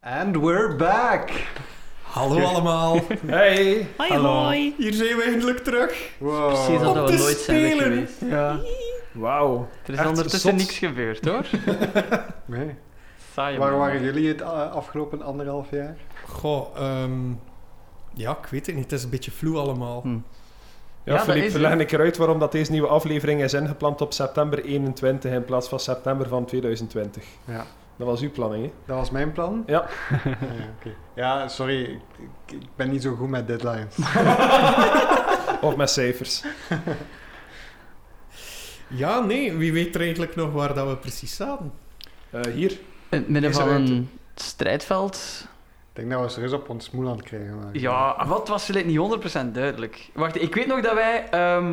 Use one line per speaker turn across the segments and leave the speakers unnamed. And we're back!
Hallo allemaal.
Hey!
Hoi,
Hallo.
hoi.
Hier zijn we eindelijk terug.
Wow.
Precies
Op
dat we
te
nooit zijn weg
spelen.
geweest.
Ja.
Wauw.
Er is
Echt
ondertussen
zot.
niks gebeurd, hoor.
Nee.
Saai,
Waar
man.
waren jullie het eh, afgelopen anderhalf jaar?
Goh, ehm, ja, ik weet het niet. Het is een beetje vloe allemaal.
Hm.
Ja,
Ja, dat is
Filip,
het.
leg ik eruit waarom dat deze nieuwe aflevering is ingepland op september 21 in plaats van september van 2020.
Ja.
Dat was uw planning, hè?
Dat was mijn plan.
Ja.
Ah, ja, oké. ja sorry, ik, ik- ik ben niet zo goed met deadlines.
Of met cijfers.
Ja, nee, wie weet er eigenlijk nog waar dat we precies zaten.
Eh, hier.
In het midden
Is er
van een strijdveld.
Ik denk dat we ze eens op ons smoel aan het krijgen waren.
Ja, wat was Filip niet 100% duidelijk? Wacht, ik weet nog dat wij ehm,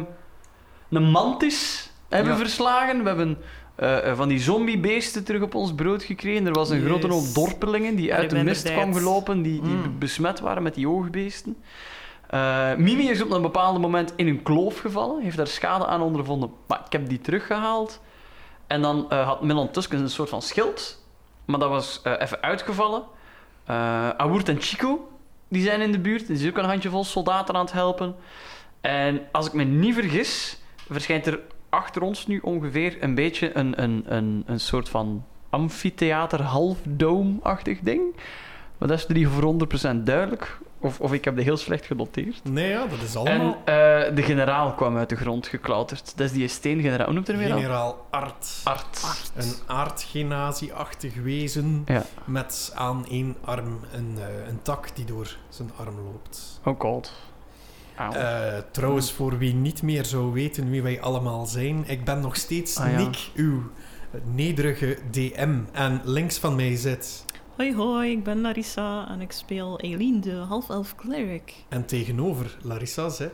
een mantis hebben
Ja.
verslagen. We hebben eh, eh, van die zombiebeesten terug op ons brood gekregen. Er was een grote
Yes.
hoop dorpelingen die uit de
Remember
mist
that.
kwam gelopen, die, die
Mm.
besmet waren met die oogbeesten. Eh, Mimi is op een bepaald moment in een kloof gevallen, heeft daar schade aan ondervonden, maar ik heb die teruggehaald. En dan eh, had Milan Tusk een soort van schild, maar dat was eh, even uitgevallen. Eh Awoert en Chico, die zijn in de buurt, die zijn ook een handjevol soldaten aan het helpen. En als ik me niet vergis, verschijnt er achter ons nu ongeveer een beetje een, een, een, een soort van amfitheater, halfdome-achtig ding. Maar dat is niet voor 100% duidelijk. Of, of ik heb dat heel slecht genoteerd.
Nee, ja, dat is
En
allemaal.
eh, de generaal kwam uit de grond geklauterd. Dat is die steengeneraal. Hoe noemt hij hem weer? al?
Generaal Art.
Art.
Een aardgenazi-achtig wezen
Ja.
met aan één arm een, eh, een tak die door zijn arm loopt.
Oh god. Auw.
Eh, trouwens, voor wie niet meer zou weten wie wij allemaal zijn, ik ben nog steeds
Ah, ja.
Nick, uw nederige DM. En links van mij zit,
Hoi hoi, ik ben Larissa en ik speel Eileen, de half-elf cleric.
en tegenover Larissa zit,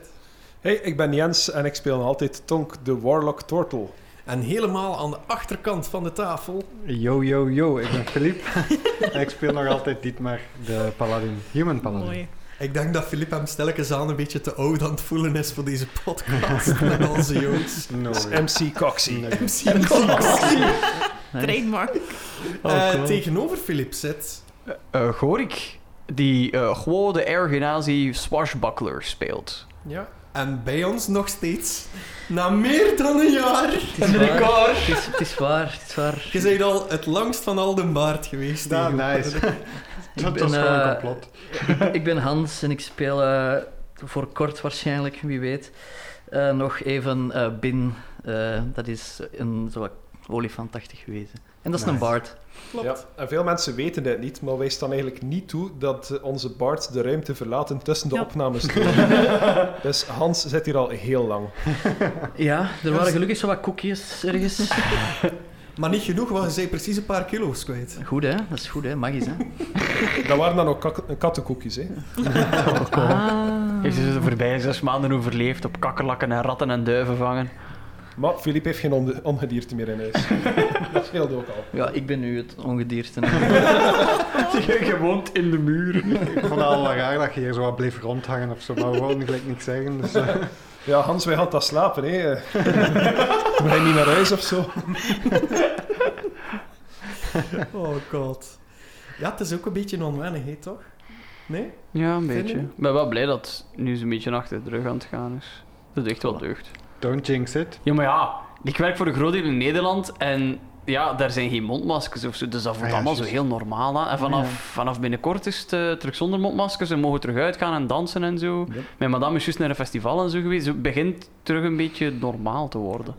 Hey, ik ben Jens en ik speel nog altijd Tonk de Warlock Turtle.
en helemaal aan de achterkant van de tafel,
Yo, yo, yo, ik ben Filip. en ik speel nog altijd Dietmar, de paladin. Human paladin.
Mooi.
ik denk dat Filip hem stilletjes aan een beetje te oud aan het voelen is voor deze podcast met al zijn jongens.
No.
Dat is MC Coxie.
Nee.
MC Coxie.
Trademark.
Eh, tegenover Filip zit,
Eh, Gorik, die eh gewoon de ergenazi swashbuckler speelt.
ja. en bij ons nog steeds, na meer dan een jaar,
Het is
Een
waar.
record!
Het is, het is waar, het is waar.
je bent al het langst van al de baard geweest.
Ja,
tegenwoordig.
nice.
Ik
Dat
ben,
was gewoon
eh,
een complot.
Ik ben Hans en ik speel eh, voor kort waarschijnlijk, wie weet, eh, nog even eh, Bin. Eh, dat is een zo wat olifantachtig wezen. En dat is een
Nice.
bard.
Klopt.
Ja, en veel mensen weten dit niet, maar wij staan eigenlijk niet toe dat eh, onze bards de ruimte verlaten tussen de
Ja.
opnames. door. dus Hans zit hier al heel lang.
Ja, er waren gelukkig zo wat koekjes ergens.
Maar niet genoeg, want je zei precies een paar kilo's kwijt.
Goed hè, dat is goed hè, magisch hè.
Dat waren dan ook kak- kattenkoekjes, hè?
Ah.
Heeft ze de voorbije zes maanden overleefd op kakkerlakken en ratten en duiven vangen?
Maar Filip heeft geen onge- ongedierte meer in huis. dat scheelde ook al.
Ja, ik ben nu het ongedierte.
Je woont in de muur.
Ik vond het al wel raar dat je hier zo wat bleef rondhangen of zo, maar we wilden gelijk niks zeggen. Dus, eh,
Ja, Hans, wij gaan dat slapen, hè? Moet hij niet naar huis of zo?
Oh god. Ja, het is ook een beetje onwennig, hè, toch? Nee?
Ja, een
Vind
beetje.
je?
Ik ben wel blij dat het nu zo'n beetje achter de rug aan het gaan is. Dat doet echt wel deugd.
don't jinx it.
Ja, maar ja, ik werk voor een groot deel in Nederland en ja, daar zijn geen mondmaskers of zo, dus dat voelt
Ah ja,
allemaal zo
juist.
heel normaal aan. En vanaf, vanaf binnenkort is het eh, terug zonder mondmaskers en mogen we terug uitgaan en dansen en zo.
Ja.
Mijn madame is juist naar een festival en zo geweest, dus het begint terug een beetje normaal te worden.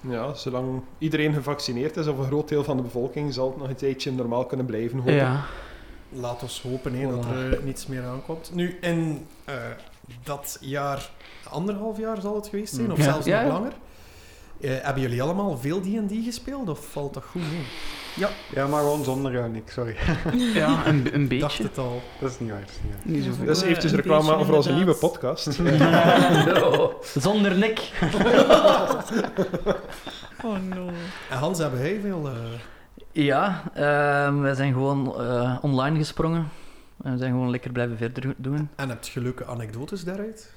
Ja, zolang iedereen gevaccineerd is, of een groot deel van de bevolking, zal het nog een tijdje normaal kunnen blijven. Hopen.
Ja.
Laat ons hopen hè, dat er eh, niets meer aankomt. Nu, in eh, dat jaar, anderhalf jaar zal het geweest zijn, of
Ja.
zelfs
Ja,
nog
ja.
langer. Eh, hebben jullie allemaal veel D&D gespeeld, of valt dat goed mee?
Ja, maar gewoon zonder jou, Nick, sorry.
ja, een, een
Ik dacht
beetje.
het al.
Dat is niet waar. Dat is niet waar.
Niet zoveel.
Dat is
Ja,
Dus eventjes
een
reclame
beetje,
voor onze nieuwe
inderdaad.
podcast.
Zonder nek.
Oh no.
En Hans, hebben jij veel... eh,
Ja, ehm wij zijn gewoon eh, online gesprongen. En we zijn gewoon lekker blijven verder doen.
en hebt gelukkige anekdotes daaruit?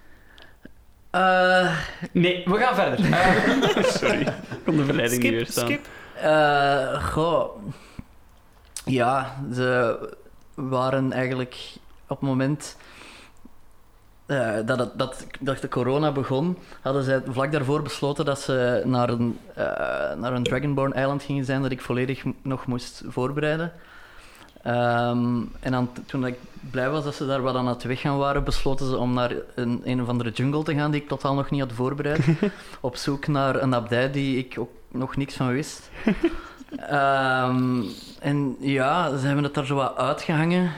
Eh,
Nee, we gaan verder. Eh, sorry, ik kon de verleiding niet
Skip,
weerstaan.
skip.
Eh, goh. Ja, de, waren eigenlijk op het moment eh, dat, het- dat, dat de corona begon, hadden zij vlak daarvoor besloten dat ze naar een, eh, naar een Dragonborn Island gingen zijn dat ik volledig m- nog moest voorbereiden. Ehm, en dan, t- toen ik blij was dat ze daar wat aan het weggaan waren, besloten ze om naar een, een of andere jungle te gaan die ik totaal nog niet had voorbereid. op zoek naar een abdij die ik ook nog niks van wist. Ehm, en ja, ze hebben het daar zo wat uitgehangen.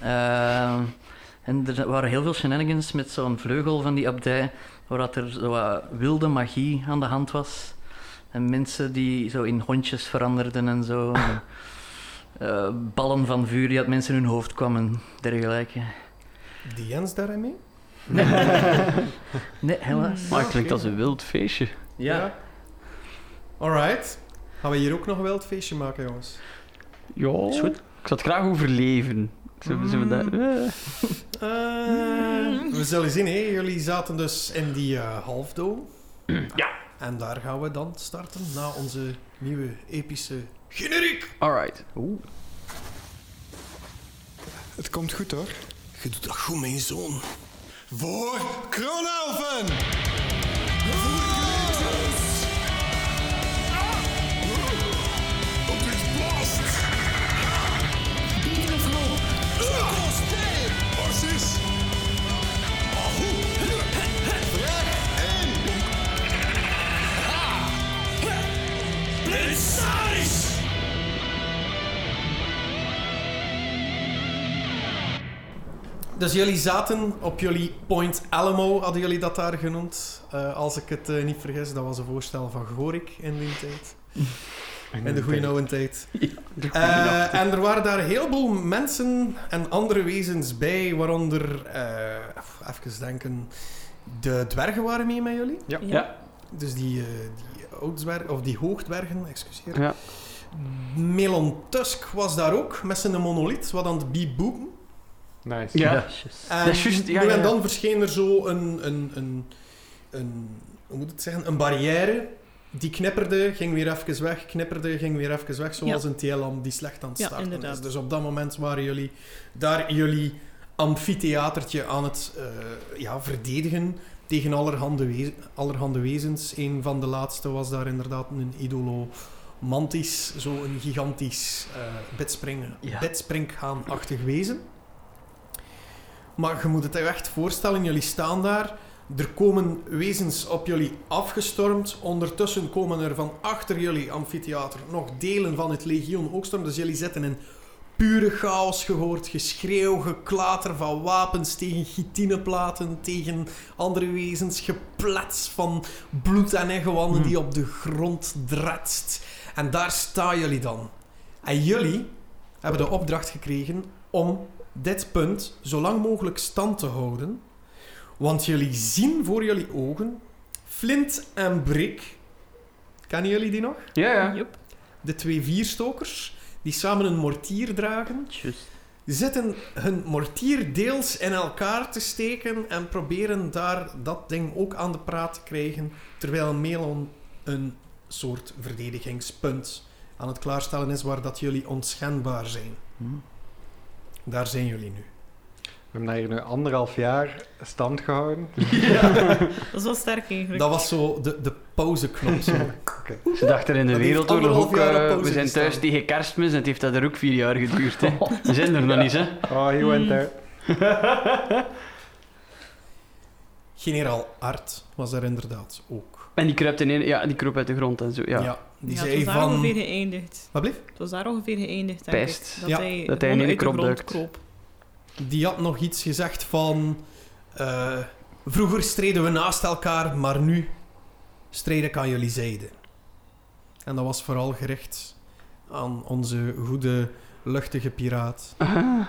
Ehm, en er waren heel veel shenanigans met zo'n vleugel van die abdij, waar dat er zo wat wilde magie aan de hand was. En mensen die zo in hondjes veranderden en zo. Eh, ballen van vuur die uit mensen in hun hoofd kwamen en dergelijke.
Die Jens daarmee?
Nee, helaas.
Maar het klinkt als een wild feestje.
Ja.
Alright. Gaan we hier ook nog wel het feestje maken, jongens?
Ja,
Is goed.
ik zou het graag overleven. Zullen we, zullen we dat... eh.
Mm.
Eh, We zullen zien, hè. Jullie zaten dus in die eh halfdome.
Ja.
En daar gaan we dan starten, na onze nieuwe epische generiek.
Alright.
Het komt goed hoor.
Je doet dat goed, mijn zoon. Voor Kronelven! Dus jullie zaten op jullie Point Alamo, hadden jullie dat daar genoemd. Eh, als ik het eh, niet vergis, dat was een voorstel van Gorik in die tijd. In de goede oude tijd. Eh, en er waren daar een heleboel mensen en andere wezens bij, waaronder, eh, even denken, de dwergen waren mee met jullie.
Ja.
Ja.
Dus die, eh die oudzwergen, of die hoogdwergen, excuseer.
Ja.
Melon Tusk was daar ook, met zijn monolith, wat aan het bieboeken.
Nice.
Ja.
juist.
En,
Dat is juist, ja,
nu
ja,
en
ja.
dan verscheen er zo een, een, een, een, hoe moet ik het zeggen, een barrière. Die knipperde, ging weer even weg, knipperde, ging weer even weg. Zoals een TLM die slecht aan het
Ja,
starten
inderdaad.
is. Dus op dat moment waren jullie daar in jullie amfitheatertje aan het eh, ja, verdedigen tegen allerhande, wezen, allerhande wezens. Een van de laatste was daar inderdaad een idolo mantis, zo'n gigantisch eh bedspringen,
Ja.
bedspringhaan-achtig wezen. Maar je moet het je echt voorstellen, jullie staan daar, er komen wezens op jullie afgestormd, ondertussen komen er van achter jullie amfitheater nog delen van het legioen ook storm, dus jullie zitten in pure chaos gehoord, geschreeuw, geklater van wapens tegen chitineplaten, tegen andere wezens, geplets van bloed en ingewanden die op de grond dretst. En daar staan jullie dan. En jullie hebben de opdracht gekregen om dit punt zo lang mogelijk stand te houden. Want jullie zien voor jullie ogen Flint en Brik. Kennen jullie die nog?
Ja, ja.
Yep.
De twee vierstokers die samen een mortier dragen
Juist.
zitten hun mortier deels in elkaar te steken en proberen daar dat ding ook aan de praat te krijgen, terwijl Melon een soort verdedigingspunt aan het klaarstellen is waar dat jullie onschendbaar zijn.
Hm.
Daar zijn jullie nu.
We hebben daar hier nu anderhalf jaar stand gehouden.
Dat is wel sterk eigenlijk.
Dat was zo de, de pauzeknop. Zo.
Ze dachten in de
Dat heeft
wereldoorlog
anderhalf
ook,
jaar op
eh,
pauze
we zijn thuis
gestaan. Oh.
tegen kerstmis en het heeft dat er ook vier jaar geduurd. Hè. We zijn er nog niet, hè.
Oh, he went there.
Generaal Art was daar inderdaad ook.
En die kruipt in een, ja, die kroop uit de grond en zo. Ja.
die
ja, het
zei
was daar ongeveer
van...
geëindigd.
Wat bleef?
Het was daar ongeveer geëindigd, denk
Pest.
ik. Dat
Ja.
hij,
Dat hij
gewoon
in de
uit de
krop
grond
duikt.
kroop.
Die had nog iets gezegd van... eh, vroeger streden we naast elkaar, maar nu strijden ik aan jullie zijde. En dat was vooral gericht aan onze goede, luchtige piraat.
Ah,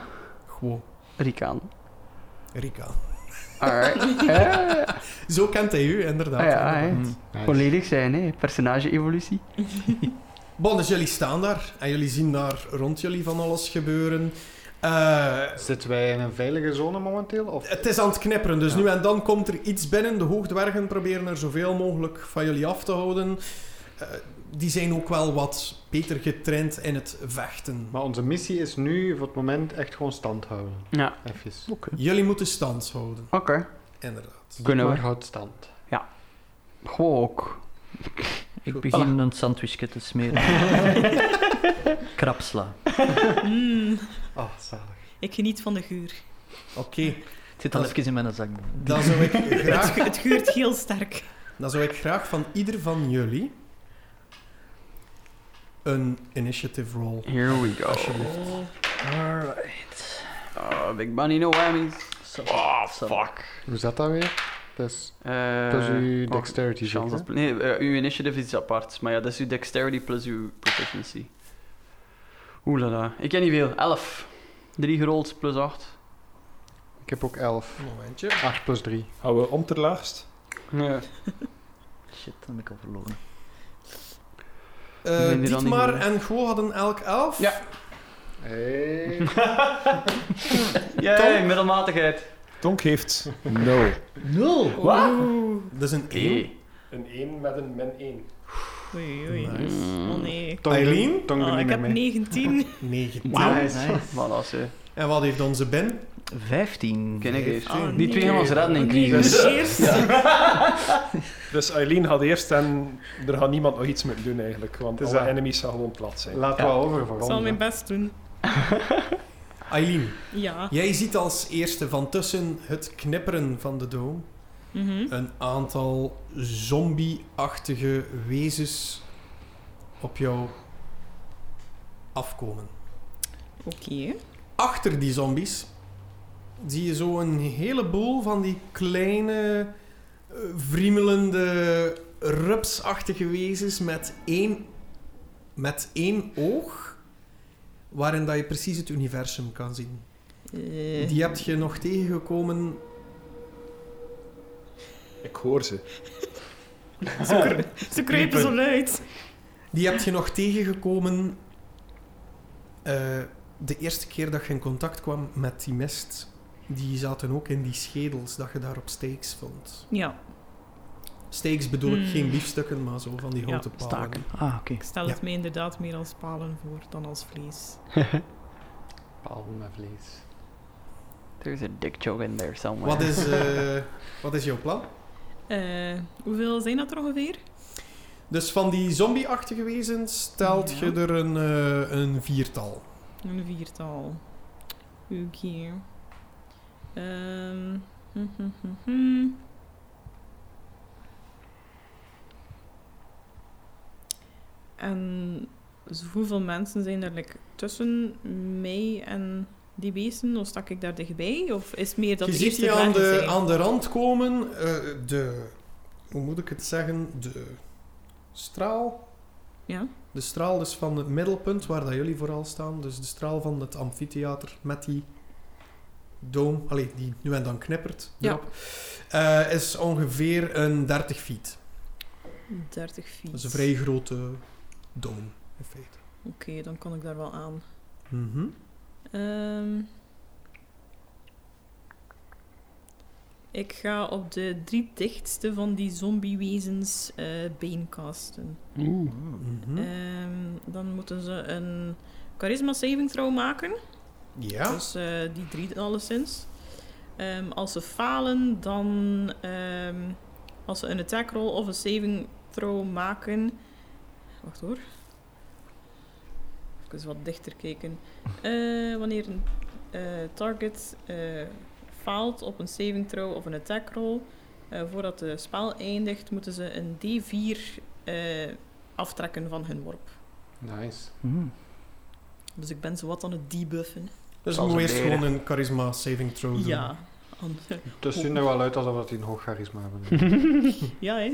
Gewoon,
Rikaan.
Rika.
Alright. Eh,
Zo kent hij u, inderdaad. Mm.
Ah ja, hè.
Mm.
inderdaad.
Volledig zijn, hè. Personage-evolutie.
Bon, dus jullie staan daar en jullie zien daar rond jullie van alles gebeuren. Eh,
Zitten wij in een veilige zone momenteel? Of?
Het is aan het knipperen, dus
Ja.
nu en dan komt er iets binnen. De hoogdwergen proberen er zoveel mogelijk van jullie af te houden. Eh, die zijn ook wel wat beter getraind in het vechten.
Maar onze missie is nu voor het moment echt gewoon stand houden.
Ja.
Even.
Jullie moeten stand houden,
Oké.
inderdaad.
Kunnen we.
Maar houd stand.
Goh, ook.
Ik begin een sandwichje te smeren. Krapsla.
Mm,
Oh, zalig.
ik geniet van de geur.
Ah, Oké,
Het zit al even in mijn zak.
dan, zou ik
Het,
graag-
ge- het geurt heel sterk.
dan zou ik graag van ieder van jullie een initiative roll.
Here we go.
Alright.
Oh, Big Bunny, no whammies.
Zo,
Oh,
zo.
fuck.
Hoe zat dat weer? Dat is,
Eh,
dat is uw
wacht,
dexterity, zeg
chance
hè?
dat- Nee, eh, uw initiative is iets apart. Maar ja, dat is uw dexterity plus uw proficiency. Oeh la la. Ik ken niet veel. 11. 3 gerold plus 8.
Ik heb ook 11.
Momentje.
8 plus 3.
Houden we om ter laagst?
Ja.
Shit, dan ben ik al verloren.
Eh,
Nee, die dan
Dietmar
niet
en Go hadden elk elf.
Ja.
Hey.
Yay, middelmatigheid.
Tonk heeft no.
Nul!
Dat is een één.
Een 1 met een min 1.
Oei, oei.
Nice.
Oh nee.
Eileen?
Tong er
Oh,
niet
ik
meer
heb
mee.
19.
19.
Nice.
Wat als je.
En wat heeft onze Ben?
15.
Ken ik eens.
Oh,
Die twee gaan ons redden in
Oh, nee,
crisis.
voor het eerst.
Dus Eileen had eerst en er gaat niemand nog iets mee doen eigenlijk, want
Het is
alle
dat.
enemies gaan gewoon plat zijn.
Laat
Ja.
wel over voor
Ik zal
ons.
mijn best doen.
Eileen,
Ja.
jij ziet als eerste van tussen het knipperen van de doom
Mhm.
een aantal zombie-achtige wezens op jou afkomen.
Oké.
Achter die zombies zie je zo een heleboel van die kleine, eh, vriemelende, rupsachtige wezens met één, met één oog, waarin dat je precies het universum kan zien.
Eh,
Die heb je nog tegengekomen.
Ik hoor ze.
ze, kru- ze kruipen zo luid.
Die heb je nog tegengekomen. eh, de eerste keer dat je in contact kwam met die mist. Die zaten ook in die schedels dat je daar op steaks vond.
Ja,
Steaks bedoel ik
Hmm.
geen biefstukken, maar zo van die
Ja,
houten palen.
staken.
Ah, oké.
ik stel
Ja.
het mij inderdaad meer als palen voor dan als vlees.
Palm met vlees.
There's a dick joke in there
Oh,
somewhere.
Wat is, eh, wat is jouw plan?
Eh, hoeveel zijn dat er ongeveer?
Dus van die zombie-achtige wezens telt
Ja.
je er een, eh, een viertal.
Een viertal. Oké. Ehm, hm, hm, hm, hm. En zo- hoeveel mensen zijn er like, tussen mij en die beesten? Of stak ik daar dichtbij? Of is het meer dat
je
de
ziet
eerste
die aan
dwergen
de,
zijn?
aan de rand komen. eh, de, hoe moet ik het zeggen? De straal.
Ja.
De straal dus van het middelpunt waar dat jullie vooral staan. Dus de straal van het amfitheater met die doom, allee, die nu en dan knippert
Ja.
erop, eh, is ongeveer een 30 feet.
30 feet.
Dat is een vrij grote doom, in feite.
Oké, dan kan ik daar wel aan.
Mhm.
Ehm, ik ga op de drie dichtste van die zombiewezens eh beencasten.
Oeh.
Mhm.
Ehm, dan moeten ze een charisma saving throw maken.
Ja.
Dus eh, die drie alleszins. Ehm, als ze falen, dan... ehm, als ze een attack roll of een saving throw maken... Wacht hoor. Even wat dichter kijken. Eh, wanneer een eh, target eh, faalt op een saving throw of een attack roll... eh, voordat de spel eindigt, moeten ze een D4 eh, aftrekken van hun worp.
Nice.
Hmm.
Dus ik ben zowat aan het debuffen.
Dus
Als
moet
een
eerst
beren.
gewoon een charisma saving throw doen.
Ja. Anders-
Dus het ziet er wel uit alsof dat die een hoog charisma hebben.
Ja, hè.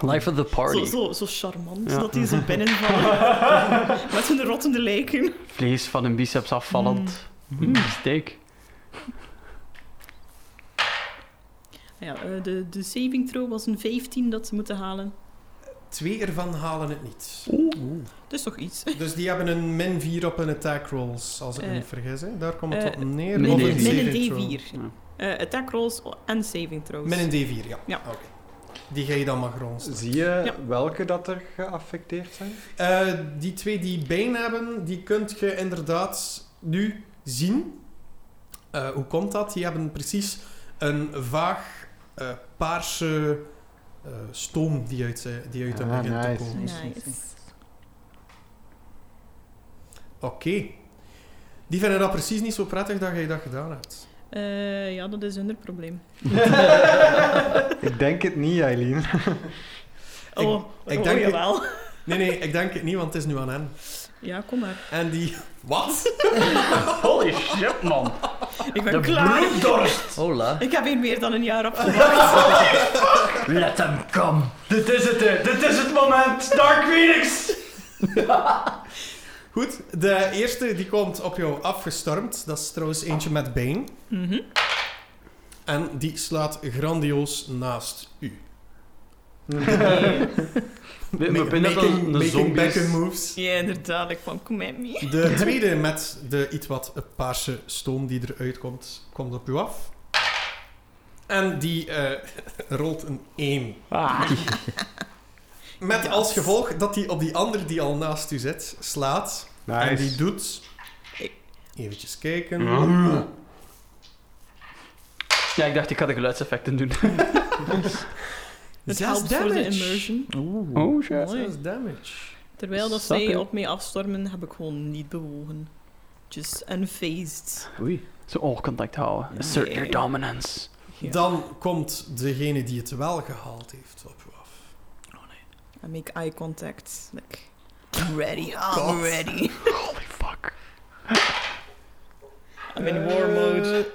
Life of the
Zo,
party.
zo, zo charmant
Ja.
dat die zo binnenvallen. Met hun rottende lijken.
Vlees van een biceps afvallend.
Mm.
Mm, Steak.
Ja, eh, de, de saving throw was een 15 dat ze moeten halen.
Twee ervan halen het niet.
Dus toch iets.
Dus die hebben een min 4 op een attack rolls, als ik me
Eh,
niet vergis. Hè. Daar komt het
eh,
op neer.
min
Of
een
een
Min
saving
een
throw.
D4.
Ja.
Eh, attack rolls en saving throws.
Min een D4, ja.
Ja.
Oké. die jij dan mag ronsen.
Zie je welke dat er geaffecteerd zijn?
Eh, die twee die been hebben, die kunt je inderdaad nu zien. Eh, hoe komt dat? Die hebben precies een vaag eh, paarse eh, stoom die uit, ze- die uit hem
Ah,
begint te
nice.
komen.
Nice.
Oké. Die vinden dat precies niet zo prettig dat jij dat gedaan hebt.
Eh, ja, dat is hun probleem.
Ik denk het niet, Eileen.
Ik-
oh,
ik
oh,
denk-
jawel.
Nee, nee, ik denk het niet, want het is nu aan hen.
Ja, kom maar.
En die... Wat?
Holy shit, man.
Ik ben
De
klaar.
bloeddorst.
Hola.
Ik heb hier meer dan een jaar op gewacht.
Let hem come.
Dit is het, hè. dit is het moment. Dark Phoenix.
Goed, de eerste die komt op jou afgestormd. Dat is trouwens eentje met been.
Mhm.
En die slaat grandioos naast u.
We,
Ma-
we zijn net als
making,
een
making back
zombie.
moves.
Ja, inderdaad. Ik kwam, kom met me.
De tweede met de iets wat paarse stoom die eruit komt, komt op u af. En die eh, rolt een 1.
Ah.
Met als gevolg dat hij op die ander die al naast u zit slaat. En die
Nice.
doet. Eventjes kijken.
Ja, ik dacht ik ga de geluidseffecten doen.
Het
Zes
helpt voor de
damage.
immersion.
Oh
Mooi.
Zes damage.
Terwijl dat
Zakken.
zij op mij afstormen, heb ik gewoon niet bewogen. Just unfazed.
Oei.
Zo oogcontact houden.
Ja.
Assert your dominance.
Ja.
Dan komt degene die het wel gehaald heeft op u af.
I make eye contact. Like, I'm ready, I'm
God.
ready.
Holy fuck.
I'm in war mode.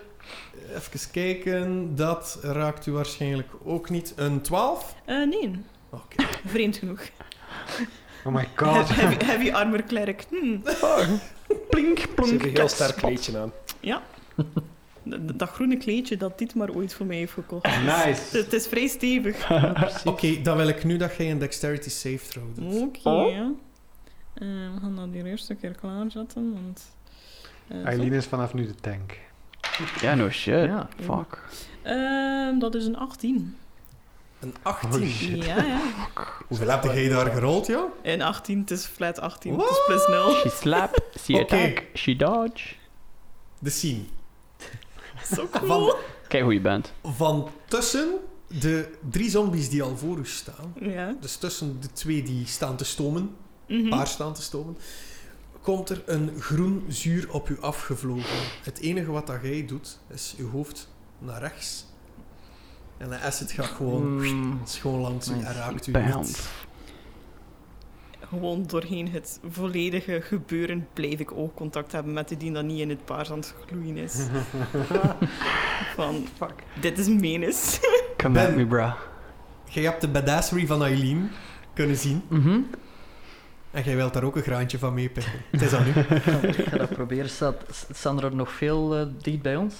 Eh, even kijken. Dat raakt u waarschijnlijk ook niet. Een 12.
Eh, nee,
Oké.
vreemd genoeg.
Oh my
Heb
god.
heavy, heavy armor cleric. Hmm.
Plink,
Ze
plonk.
hebben een heel sterk kleedje aan.
Dat, dat- dat groene kleedje dat dit maar ooit voor mij heeft gekocht. Het,
Nice.
het is vrij stevig.
Oké, dan wil ik nu dat jij een dexterity save throw doet.
Oké, ja. Eh, we gaan dat hier eerst een keer klaarzetten, want... eh, zo.
Eileen is vanaf nu de tank.
Ja, no shit.
Ja.
Fuck.
Ehm, dat is een 18.
Een 18.
Ja, ja.
Hoeveel heb jij daar gerold, joh?
Een 18, het is flat 18, het
What?
is plus 0.
She slap, she
Oké.
attack, she dodge.
De scene.
Zo
Van,
cool.
Kijk hoe je bent.
van tussen de drie zombies die al voor u staan,
Ja.
dus tussen de twee die staan te stomen,
Mhm.
Ah.
paar staan te stomen, komt er een groen zuur op u afgevlogen. Het enige wat dat jij doet, is uw hoofd naar rechts. En de acid gaat gewoon
Hmm.
Mm.
schoon langs u en
Nice.
raakt u niet.
Bound.
Gewoon doorheen het volledige gebeuren blijf ik oogcontact hebben met de die dat niet in het paars aan het gloeien is. Van,
Fuck.
dit is menis.
Come
Ben.
at me, bro.
Jij hebt de badassery van Eileen kunnen zien.
Mhm.
En jij wilt daar ook een graantje van meepikken. Het is aan u.
Ik ga dat proberen. Staat, staan er nog veel eh, dicht bij ons?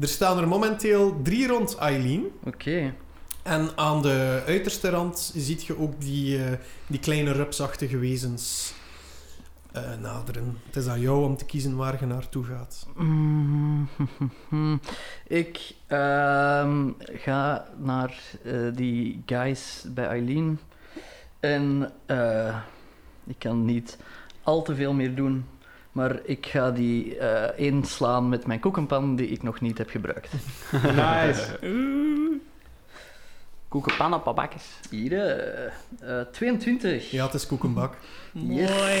Er staan er momenteel drie rond Eileen.
Oké.
En aan de uiterste rand ziet je ook die, eh, die kleine rupsachtige wezens eh, naderen. Het is aan jou om te kiezen waar je naartoe gaat.
Mm, Ik ehm, ga naar eh, die guys bij Eileen. En eh, ik kan niet al te veel meer doen. Maar ik ga die eh, inslaan met mijn koekenpan die ik nog niet heb gebruikt.
Nice.
Oeh.
Koekenpannen, papakjes.
Hier, eh, eh, 22.
Ja, het is koekenbak.
Yes.
Mooi.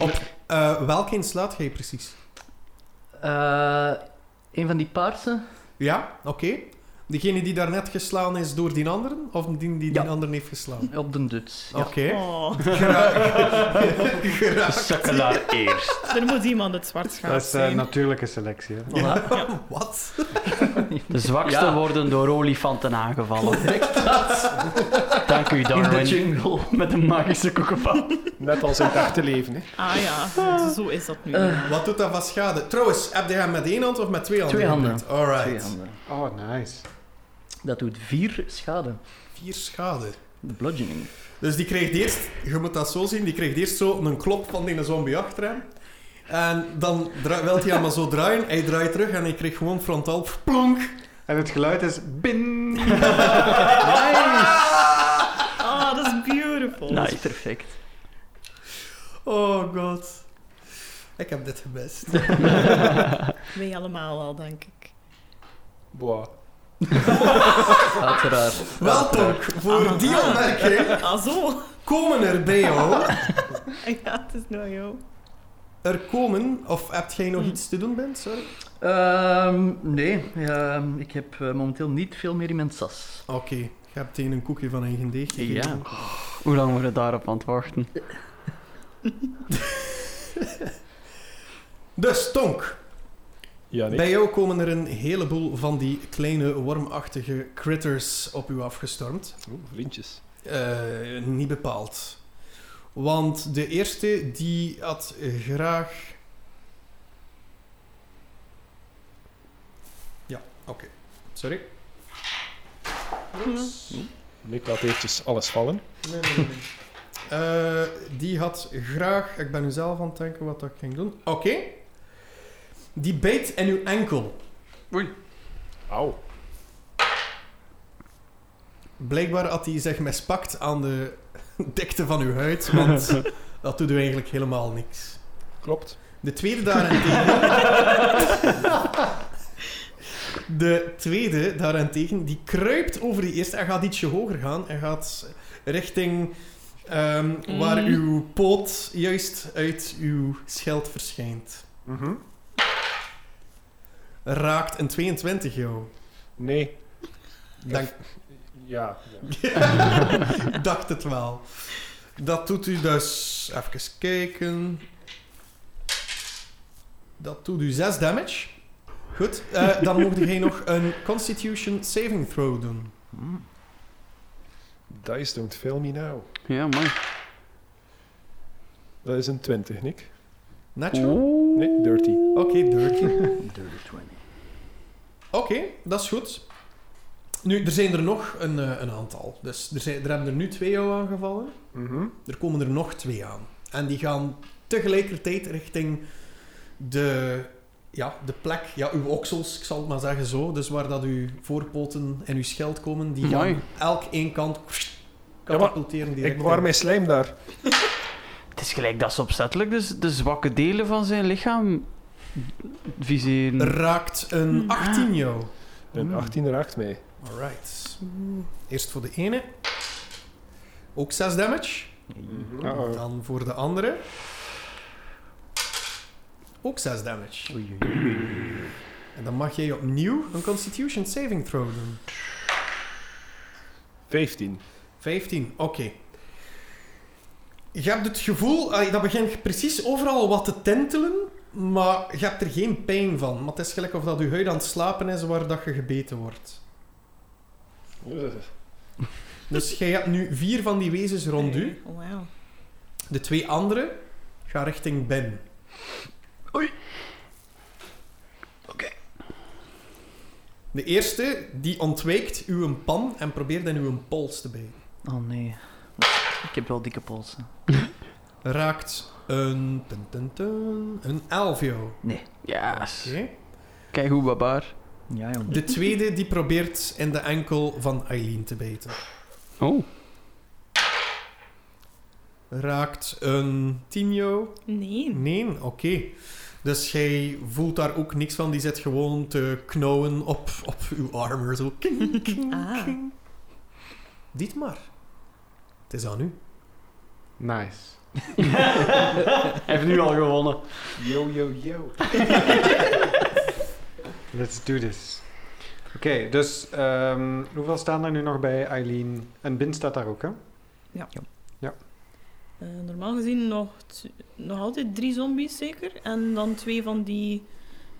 Op eh welke in slaat jij precies?
Eh, een van die paarse.
Ja, oké. Degene die daarnet geslagen is door die anderen? Of die die, die
Ja.
anderen heeft geslagen?
Op de Duts. Ja.
Oké.
Oh,
Geraakt.
De sukkelaar eerst.
er moet iemand het zwart
Dat
schaap
is eh,
zijn.
natuurlijke selectie. hè.
Voilà.
Wat?
De zwakste
Ja.
worden door olifanten aangevallen. Dank u,
In de
Darwin.
jungle.
Met een magische koekenpan.
Net als in het echte leven. Hè.
Ah ja, zo is dat nu.
Wat doet dat van schade? Trouwens, heb je hem met één hand of met twee handen?
Twee handen.
gebruikt? Alright.
Twee handen.
Oh, nice.
Dat doet vier schade.
Vier schade.
De bludgeoning.
Dus die krijgt eerst, je moet dat zo zien, die krijgt eerst zo een klop van die zombie achter hem. En dan dra- wil hij allemaal zo draaien, hij draait terug en hij krijgt gewoon frontaal plonk.
En het geluid is bin.
Nice!
Ah,
Dat is
Nice.
perfect.
Oh god. Ik heb dit gemist.
Wij allemaal wel, denk ik.
Boah.
Uiteraard.
Wel, Tonk, voor
Ah.
die opmerking
Ah, zo.
komen er bij jou...
Ja, het is nou jou.
Er komen... Of heb jij nog
Hm.
iets te doen, Ben? Sorry.
Ehm, nee, ehm, ik heb eh, momenteel niet veel meer in mijn sas.
Oké, je hebt tegen een koekje van eigen deeg gegeten.
Ja.
Hoe lang waren we daarop aan het wachten?
Dus, Tonk,
Ja, nee.
bij jou komen er een heleboel van die kleine wormachtige critters op u afgestormd.
Oeh, vriendjes.
Eh, niet bepaald. Want de eerste die had graag. Ja, oké. Sorry.
Ik laat eventjes alles vallen.
Nee, nee, nee. Eh, die had graag. Ik ben nu zelf aan het denken wat dat ging doen. Oké. Die bijt in uw enkel.
Auw.
Blijkbaar had hij zich mispakt aan de dikte van uw huid, want dat doet u eigenlijk helemaal niks.
Klopt.
De tweede daarentegen. De tweede daarentegen, die kruipt over die eerste en gaat ietsje hoger gaan. En gaat richting ehm, waar
Mm.
uw poot juist uit uw scheld verschijnt.
Mhm.
Raakt een 22 jou.
Nee.
Dank.
Ja. ja.
Ik dacht het wel. Dat doet u dus. Even kijken. Dat doet u 6 damage. Goed, eh, dan mocht jij nog een Constitution Saving Throw doen.
Dice don't fail me now.
Ja, man.
nou. Dat is een 20, Nick.
Natural?
Nee, dirty.
Oké, dirty.
Dirty 20.
Oké, dat is goed. Nu, er zijn er nog een, eh, een aantal. Dus er, zijn, er hebben er nu twee jou aangevallen.
Mhm.
Er komen er nog twee aan. En die gaan tegelijkertijd richting de, ja, de plek, ja, uw oksels, ik zal het maar zeggen zo. Dus waar dat uw voorpoten en uw scheld komen, die gaan
Mooi.
elk één kant
maar
katapulteren direct.
Ik bewaar mijn slijm daar.
Het is gelijk dat ze opzettelijk dus de zwakke delen van zijn lichaam viseren.
Raakt een 18 jou.
Een
Hmm.
18 raakt mij.
Alright. Eerst voor de ene. Ook 6 damage.
Mhm.
Uh-oh.
Dan voor de andere. Ook 6 damage. En dan mag jij opnieuw een Constitution Saving Throw doen.
15.
15, oké. Je hebt het gevoel, allee, dat begint precies overal wat te tentelen, maar je hebt er geen pijn van. Maar het is gelijk of dat je huid aan het slapen is waar dat je gebeten wordt. Dus jij hebt nu vier van die wezens rond u.
Oh, wauw.
De twee andere gaan richting Ben.
Oei.
Oké. De eerste, die ontwijkt uw pan en probeert in uw pols te bijten.
Oh nee. Ik heb wel dikke polsen.
Raakt een... Dun, dun, dun, een elfio.
Yes.
Oké.
Kijk hoe barbaar.
Ja, jong.
De tweede, die probeert in de enkel van Eileen te bijten.
Oh.
Raakt een tienjo.
Nee.
Nee, oké. Dus jij voelt daar ook niks van. Die zit gewoon te knauwen op, op uw armor. Zo. King, king,
Ah.
king. Dit maar. Het is aan u.
Nice.
Hij heeft nu al gewonnen.
Yo, yo, yo.
Let's do this. Oké, dus ehm, hoeveel staan er nu nog bij Eileen? En Bin staat daar ook, hè?
Eh, normaal gezien nog, t- nog altijd drie zombies zeker. En dan twee van die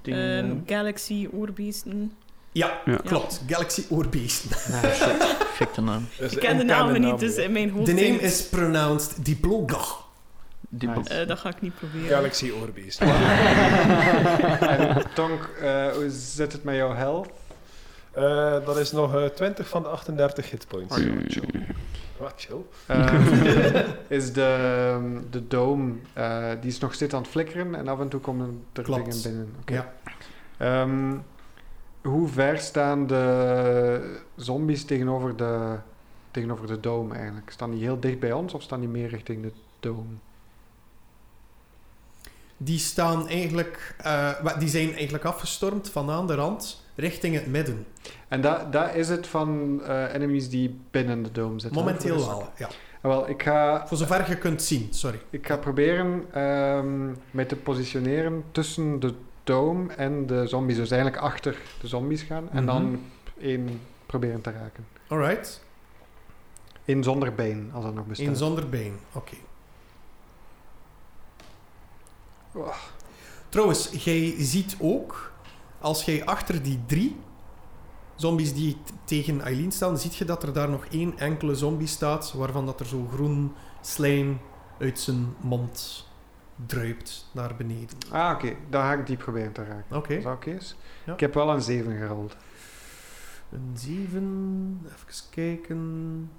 eh,
ehm,
eh,
Galaxy oorbeesten.
Ja,
Ja.
klopt. Galaxy Oorbeesten.
Perfecte naam.
Ik ken de namen niet, dus in mijn hoofd.
De
zijn
name
het-
is pronounced Diploga.
Dubbel.
Nice.
Eh, dat ga ik niet proberen.
Galaxy Oorbeest.
en Tonk, eh, hoe zit het met jouw health?
Eh, dat is nog eh, 20 van de 38 hitpoints. Wat chill.
Ehm, is de, de dome, eh, die is nog steeds aan het flikkeren en af en toe komen er
Klopt.
dingen binnen. Oké.
Ja.
Ehm, hoe ver staan de zombies tegenover de, tegenover de dome eigenlijk? Staan die heel dicht bij ons of staan die meer richting de dome?
Die staan eigenlijk, eh, wa- die zijn eigenlijk afgestormd van aan de rand richting het midden.
En daar daar is het van eh, enemies die binnen de dome zitten.
Momenteel wel, ja.
Ah, wel, ik ga,
Voor zover je kunt zien, sorry.
ik ga proberen ehm mij te positioneren tussen de dome en de zombies. Dus eigenlijk achter de zombies gaan en
Mhm.
dan één proberen te raken.
Alright.
Eén zonder been, als dat nog bestaat.
Eén zonder been, oké.
Oh.
Trouwens, jij ziet ook, als jij achter die drie zombies die t- tegen Eileen staan, ziet je dat er daar nog één enkele zombie staat, waarvan dat er zo groen slijm uit zijn mond druipt naar beneden.
Ah, oké. Dan ga ik die proberen te raken.
Oké,
Als dat oké is.
Ja.
Ik heb wel een 7 gerold.
een zeven, even kijken.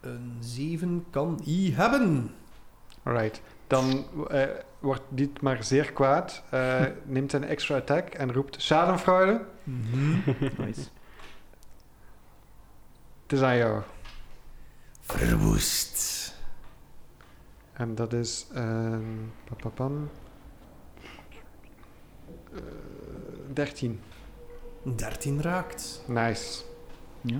Een zeven kan I hebben.
Alright. Dan eh, wordt dit maar zeer kwaad, eh, neemt een extra attack en roept Schadenfreude.
Nice.
Het is aan jou.
Verwoest.
En dat is. ehm papapam. Eh, 13.
13 raakt.
Nice.
Ja.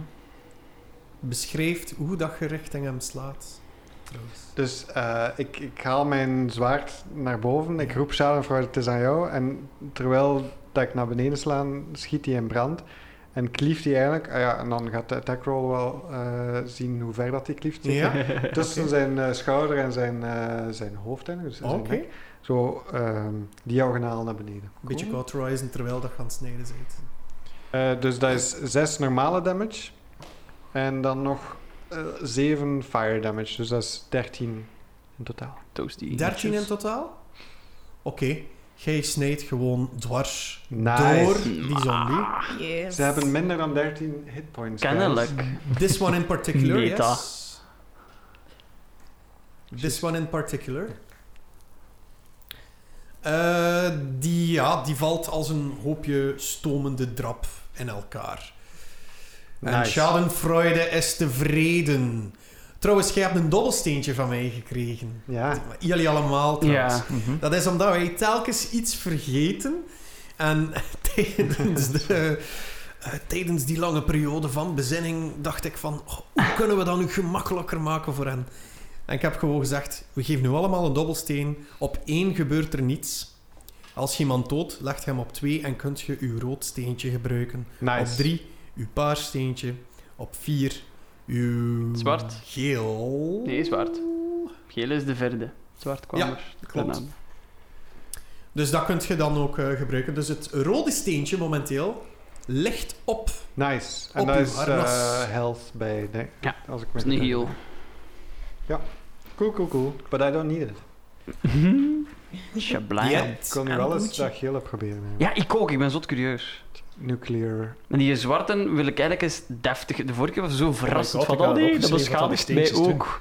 Beschrijft hoe dat je richting hem slaat. Trouwens.
Dus eh, ik, ik haal mijn zwaard naar boven. Ik roep Schadenfreude, het is aan jou. En terwijl dat ik naar beneden sla, schiet hij in brand. En klieft hij eigenlijk. Ah ja, en dan gaat de attack roll wel eh, zien hoe ver dat hij klieft.
Ja,
Tussen
oké.
zijn eh, schouder en zijn, eh, zijn hoofd. eigenlijk, Dus
oké.
zijn nek. Zo ehm, diagonaal naar beneden.
Een beetje cauterizen terwijl dat gaan snijden zit.
Eh, dus dat is 6 normale damage. En dan nog 7 fire damage. Dus dat is 13 in totaal.
Toasty.
13 in totaal? Oké. Jij snijdt gewoon dwars
Nice.
door die zombie.
Yes.
Ze hebben minder dan 13 hitpoints. guys.
Kennelijk.
This one in particular,
Meta.
yes. This one in particular. Eh, die, ja, die valt als een hoopje stomende drap in elkaar. En
Nice.
Schadenfreude is tevreden. Trouwens, jij hebt een dobbelsteentje van mij gekregen.
Ja.
Jullie allemaal trouwens.
Ja.
Mhm.
Dat is omdat wij telkens iets vergeten. En tijdens, de, eh, tijdens die lange periode van bezinning dacht ik van... oh, hoe kunnen we dat nu gemakkelijker maken voor hen? En ik heb gewoon gezegd, we geven nu allemaal een dobbelsteen. Op één gebeurt er niets. Als je iemand dood, legt hem op twee en kunt je uw rood steentje gebruiken.
Nice.
Op drie, uw paars steentje. Op vier, uw...
Zwart.
Geel.
Nee, zwart. Geel is de vierde. Zwart kwam
Ja,
er.
klopt.
daarna.
Dus dat kunt je dan ook eh, gebruiken. Dus het rode steentje momenteel ligt op.
Nice. En
Op
dat
uw
is eh,
harnas.
health bij. Nee,
Ja,
Als ik
Dat is
me-
een heel.
Cool, cool, cool. But I don't need it.
Schablaar.
Ik kon nu
En
wel eens
Gucci.
dat gele proberen.
Ja, ik ook. Ik ben zot curieus.
Nuclear.
En die zwarte wil ik eigenlijk eens deftig... De vorige keer was zo verrassend
God,
van...
ik
Oh
had
nee, dat
opgeschreven wat
beschadigt
die
mij
steentjes doen.
ook.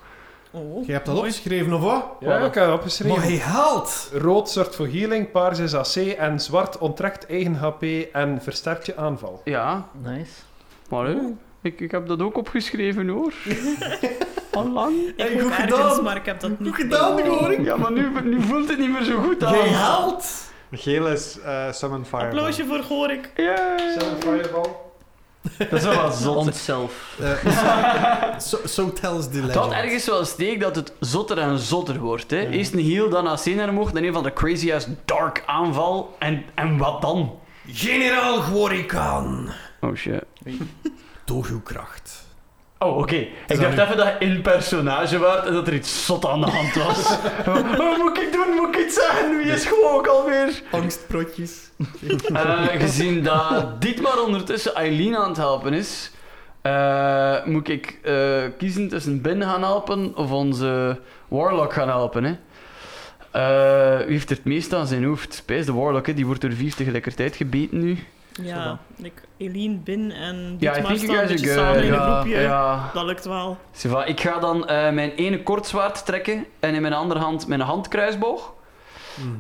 Oh.
Je hebt dat opgeschreven, of wat?
Ja, ik heb opgeschreven.
Maar hij haalt!
Rood zorgt voor healing, paars is AC en zwart onttrekt eigen HP en versterkt je aanval.
Ja,
Nice.
maar hè, ik, ik heb dat ook opgeschreven hoor. Allang.
Ik
Hey,
ook
goed
ergens,
gedaan.
maar ik heb dat niet.
Goed gedaan, Goring!
Ja, maar nu, nu voelt het niet meer zo goed aan.
Jij haalt!
Geel is eh, Summon Fire.
Applausje voor Gorik.
Yay.
fireball.
Dat zou wel zot zijn.
Onszelf.
Eh, so, so tells the legend.
Het had ergens wel een steek dat het zotter en zotter wordt. Hè. Eerst een heel, dan AC naar omhoog, dan een van de crazy ass dark aanval. En, en wat dan?
Generaal Gorikan,
Oh shit.
toog uw kracht.
Oh, oké. Ik dacht even dat je in personage waart en dat er iets zot aan de hand was. Wat moet ik doen? Moet ik iets zeggen? Wie is gewoon ook alweer?
Angstprotjes.
Eh, gezien dat dit maar ondertussen Eileen aan het helpen is, eh, moet ik eh, kiezen tussen Ben gaan helpen of onze Warlock gaan helpen. Hè? Eh, wie heeft er het meest aan zijn hoofd? Spijs de Warlock, hè? die wordt er vier tegelijkertijd gebeten nu.
Ja, ik, Eline, Bin en
Ja, ik
Dietmar
denk ik
staan een
als
beetje
ik. eh,
samen in een
ja,
groepje.
ja.
Dat lukt wel.
C'est va. Ik ga dan eh, mijn ene kortzwaard trekken en in mijn andere hand mijn handkruisboog.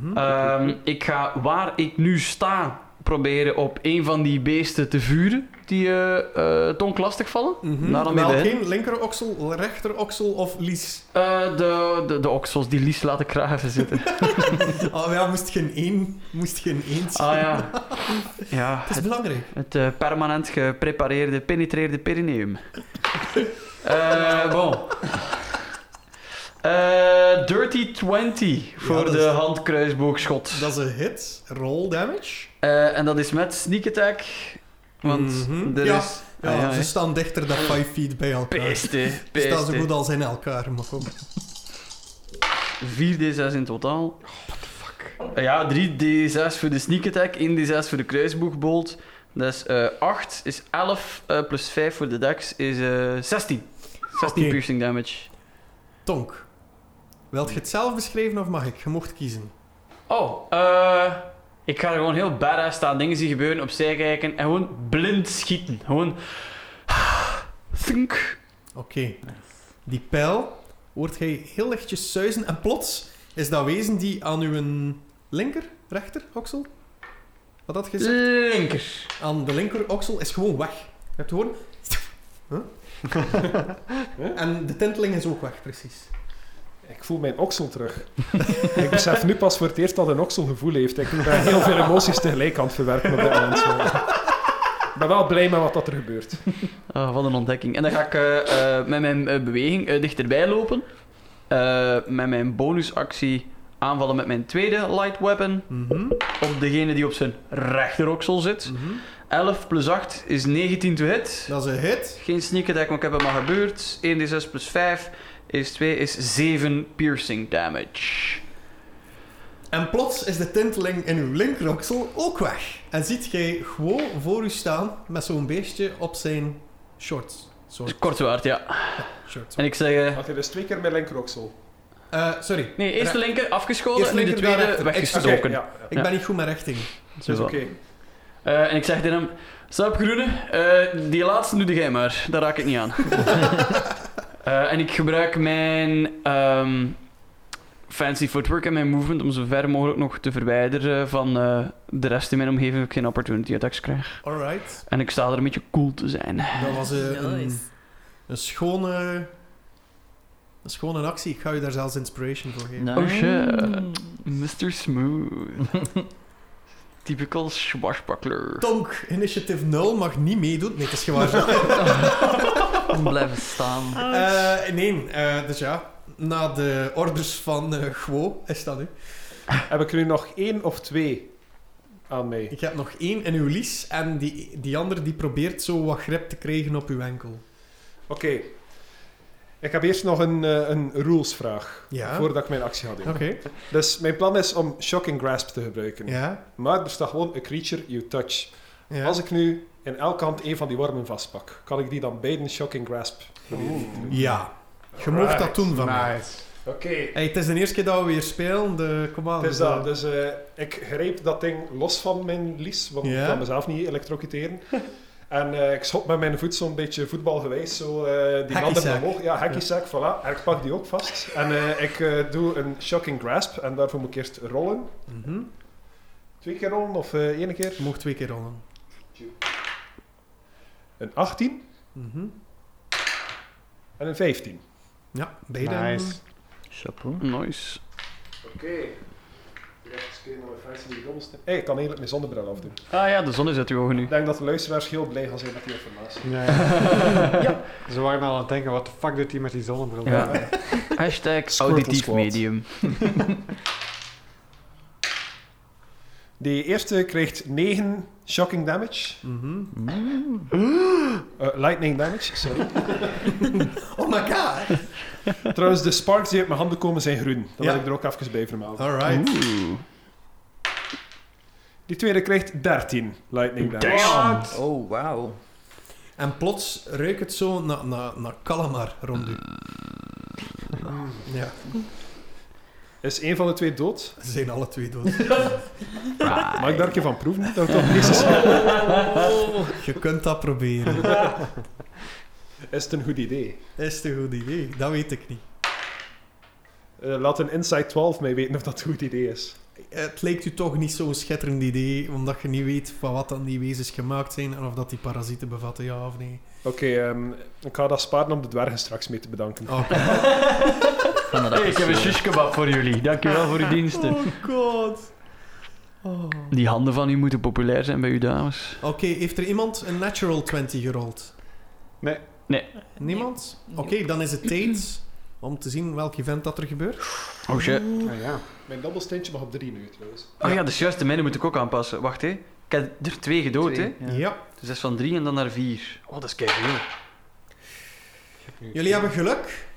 Mhm.
Ehm, ik ga waar ik nu sta proberen op een van die beesten te vuren. die eh eh Tonk lastigvallen.
Mhm.
Naar dan
Wel,
midden, hè?
geen linkeroksel, rechteroksel of lies.
Eh, de, de, de oksels die Lies laten kraven zitten.
Ah ja, moest geen één, moest geen één zijn.
Ah ja. Ja,
Het is
het,
belangrijk.
het, eh, permanent geprepareerde, penetreerde perineum. Eh bon. Eh, dirty 20 voor
dat
de
is-
handkruisboogschot.
Dat is een hit. Roll damage.
Eh, en dat is met sneak attack. Want
Mhm.
er
Ja.
is...
Ja,
Ah,
ze
hè.
staan dichter dan 5 feet bij elkaar. Ze
Peste,
staan zo
peste.
goed als in elkaar, maar goed.
4d6 in totaal. what the fuck. Ja, 3d6 voor de sneak attack, 1d6 voor de kruisboogbolt. Dat is eh 8, is 11, eh, plus 5 voor de dex is eh 16. 16
Oké.
piercing damage.
Tonk. Wilt je het zelf beschrijven of mag ik? Je mocht kiezen.
Oh, eh, ik ga er gewoon heel badass staan, dingen zien gebeuren, opzij kijken en gewoon blind schieten. Gewoon... Thunk.
Oké. Die pijl hoort jij heel lichtjes suizen en plots is dat wezen die aan uw linker, rechter oksel? Wat had je gezegd?
Linker.
Aan de linker oksel is gewoon weg. Je hebt gewoon... Huh? en de tinteling is ook weg, precies.
Ik voel mijn oksel terug. ik besef nu pas voor het eerst dat een oksel gevoel heeft. Ik ben heel veel emoties tegelijk aan het verwerken op dit moment. zo. Ik ben wel blij met wat dat er gebeurt.
Ah, wat een ontdekking. En dan ga ik eh, eh, met mijn eh, beweging eh, dichterbij lopen. Eh, met mijn bonusactie aanvallen met mijn tweede light weapon.
Mhm.
Op degene die op zijn rechteroksel zit.
Mhm.
11 plus 8 is 19 to hit.
Dat is een hit.
Geen sneak attack, maar ik heb hem al gebeurd. 1d6 plus 5 is 2, is 7 piercing damage.
En plots is de tinteling in uw linkeroksel ook weg. En ziet jij gewoon voor u staan met zo'n beestje op zijn shorts.
Dat is
Soort
kort waard, ja.
shorts.
En ik zeg... eh,
Had je dus twee keer mijn linkeroksel.
Eh, sorry.
nee, eerst de linker afgeschoten
Eerst
en nu de
linker, dan
tweede
rechter.
Oké,
weggestoken. Dus
ja, ja.
Ik
Ja.
ben niet goed met richting. Dus
Dat is oké.
Eh, en ik zeg tegen hem: Sup Groene, eh, die laatste doe jij maar, daar raak ik niet aan. Eh, en ik gebruik mijn ehm, fancy footwork en mijn movement om zo ver mogelijk nog te verwijderen van eh, de rest in mijn omgeving, dat ik geen opportunity attacks krijg.
Alright.
En ik sta er een beetje cool te zijn.
Dat was eh, een,
Nice.
een schone... Een schone actie. Ik ga je daar zelfs inspiration voor geven.
Oh shit,
Mm.
Mr. Smooth. Typical swashbuckler.
Tonk, initiative 0 mag niet meedoen. Nee, het is gewaarschuwd.
Blijven staan.
Eh, nee, eh, dus ja. Na de orders van eh Guo is dat nu.
Heb ik er nu nog één of twee aan mij?
Ik heb nog één in uw lies en die, die andere die probeert zo wat grip te krijgen op uw enkel.
Oké. Ik heb eerst nog een, eh, een rulesvraag.
Ja.
Voordat ik mijn actie ga doen.
Oké.
Dus mijn plan is om Shocking Grasp te gebruiken.
Ja.
Maar er staat gewoon A Creature You Touch.
ja.
Als ik nu in elke hand één van die wormen vastpak, kan ik die dan beiden Shocking Grasp proberen te doen?
Ja. Je mocht dat doen van mij.
Nice.
Oké.
Hey, het is de eerste keer dat we weer spelen. De, kom aan.
Het is
de-
dat. Dus eh, ik grijp dat ding los van mijn lies, want
Ja.
ik kan mezelf niet elektrocuteren. En eh, ik schop met mijn voet zo'n beetje voetbalgewijs, zo eh die handen
Hackiesack.
omhoog. Ja, hackiesack, voilà. En ik pak die ook vast. En eh, ik eh, doe een shocking grasp en daarvoor moet ik eerst rollen.
Mhm.
Twee keer rollen of eh één keer?
Je mocht twee keer rollen.
Een 18
Mhm.
en een 15.
Ja, beide.
Nice.
Chapeau.
Nice.
Oké. Hey, ik kan eigenlijk mijn zonnebril afdoen.
Ah ja, de zon is uit uw ogen nu.
Ik denk dat de luisteraars heel blij gaan zijn met die informatie.
Ja, ja. Ze waren al aan het denken, wat de fuck doet hij met die zonnebril?
Ja. Hashtag
Squirtle
auditief
squad.
medium.
Die eerste krijgt 9 shocking damage.
Mhm.
Eh, lightning damage, sorry.
Oh my god!
Trouwens, de sparks die uit mijn handen komen zijn groen. Dat
Ja.
wil ik er ook even bij vermelden.
Alright.
Oeh.
Die tweede krijgt 13 lightning damage.
Oh, wauw.
En plots ruikt het zo naar na, na calamar rond u. Ja,
Is één van de twee dood?
ze zijn alle twee dood.
Mag ik daar een keer van proeven? Dat het toch niet zo snel-
Je kunt dat proberen.
Is het een goed idee?
Is het een goed idee? Dat weet ik niet.
Eh, laat een Inside 12 mij weten of dat een goed idee is.
Het lijkt u toch niet zo'n schitterend idee, omdat je niet weet van wat dan die wezens gemaakt zijn en of dat die parasieten bevatten, ja of nee.
Oké, ehm, ik ga dat sparen om de dwergen straks mee te bedanken.
Oké.
Van dat
Hey, ik heb een shish kebab voor jullie. Dankjewel voor uw diensten.
Oh god. Oh.
Die handen van u moeten populair zijn bij u dames.
Oké, heeft er iemand een natural 20 gerold?
Nee.
Nee.
Niemand?
Nee.
Oké, dan is het tijd om te zien welk event dat er gebeurt.
Oh shit.
Ah, ja.
Mijn dobbelsteentje mag op drie nu, trouwens.
Oh ja, dat is juist. De mijne moet ik ook aanpassen. Wacht, hè. Ik heb er twee gedood, hè.
Ja.
Dus dat is van drie en dan naar vier. Oh, dat is keiveel.
Jullie hebben geluk.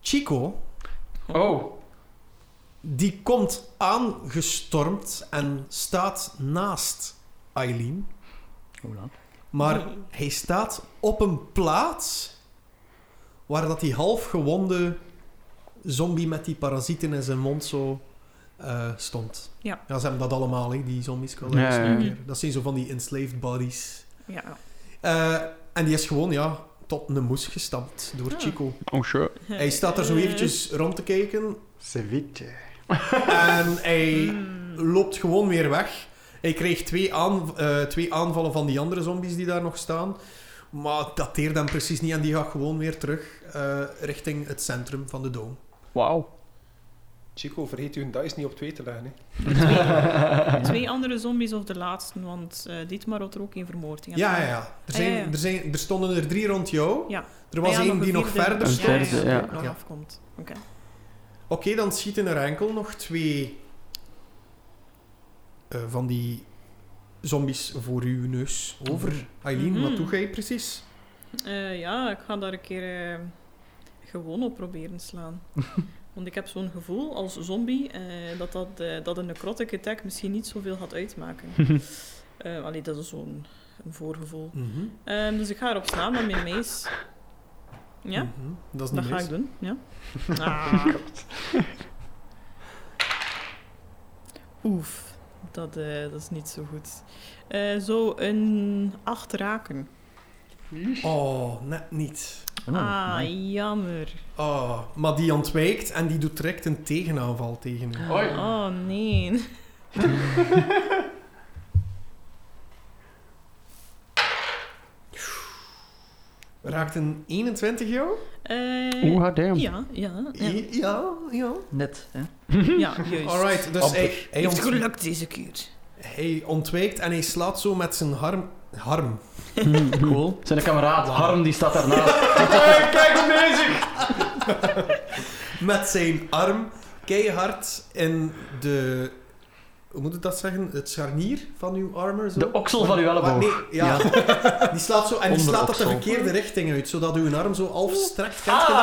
Chico
Oh.
Die komt aangestormd en staat naast Eileen.
Hoe dan?
Maar hij staat op een plaats waar dat die halfgewonde zombie met die parasieten in zijn mond zo eh, stond.
Ja.
ze hebben dat allemaal, hè, die zombies. ik had
Ja,
dat eens
ja,
een
ja.
keer. Dat zijn zo van die enslaved bodies.
Ja.
Eh, en die is gewoon, ja, tot een moes gestampt door Chico.
Oh shit.
Hij staat er zo
Eh.
eventjes rond te kijken
Ceviche.
en hij loopt gewoon weer weg. Hij kreeg twee, aan, eh, twee aanvallen van die andere zombies die daar nog staan. Maar het dateert hem precies niet en die gaat gewoon weer terug eh, richting het centrum van de dome.
Wauw.
Chico, vergeet u een dice niet op twee te leggen. Hè.
Twee andere zombies of de laatste, want eh Dietmar had er ook een vermoord. Die had
Ja, ja,
hem-
ja. Er,
Ah,
zijn,
ja, ja.
Er, zijn, er stonden er drie rond jou.
Ja.
Er was
Ah ja,
één die
een
nog
vierde.
verder
Een
stond.
vierde,
Ja,
ja.
die nog
Ja.
afkomt. Oké.
Oké, dan schieten er enkel nog twee eh, van die zombies voor uw neus over. Eileen,
Mhm.
wat doe jij precies?
Eh, ja, ik ga daar een keer eh, gewoon op proberen slaan. Want ik heb zo'n gevoel als zombie eh, dat, dat, eh, dat een necrotic attack misschien niet zoveel gaat uitmaken. Eh allee, dat is zo'n een voorgevoel.
Mhm.
Ehm, dus ik ga erop slaan met mijn mees. Ja,
Mhm. Dat is niet
dat ga
mis.
ik doen. Ja. Ah. Oef, dat, eh, dat is niet zo goed. Eh, zo een acht raken.
Oh, net niet.
Ah, jammer.
Oh, maar die ontwijkt en die doet direct een tegenaanval tegen u.
Hoi.
Oh nee.
Raakt een 21 jou?
Eh,
Oeh, damn.
ja, ja, ja.
I- Ja, ja.
Net, hè?
Ja, juist.
Alright, dus
Amper.
hij, hij, ont-
gelukt deze keer.
hij ontwijkt en hij slaat zo met zijn harm... Harm.
Cool.
Zijn een kameraad. Harm, die staat daarnaast. kijk hem bezig.
Met zijn arm keihard in de... Hoe moet ik dat zeggen? Het scharnier van uw armor? Zo.
De oksel van uw
Maar
elleboog.
nee, ja. Die slaat zo, en die slaat dat de
Onderoksel.
verkeerde richting uit, zodat uw arm zo half strekt. Kent je dat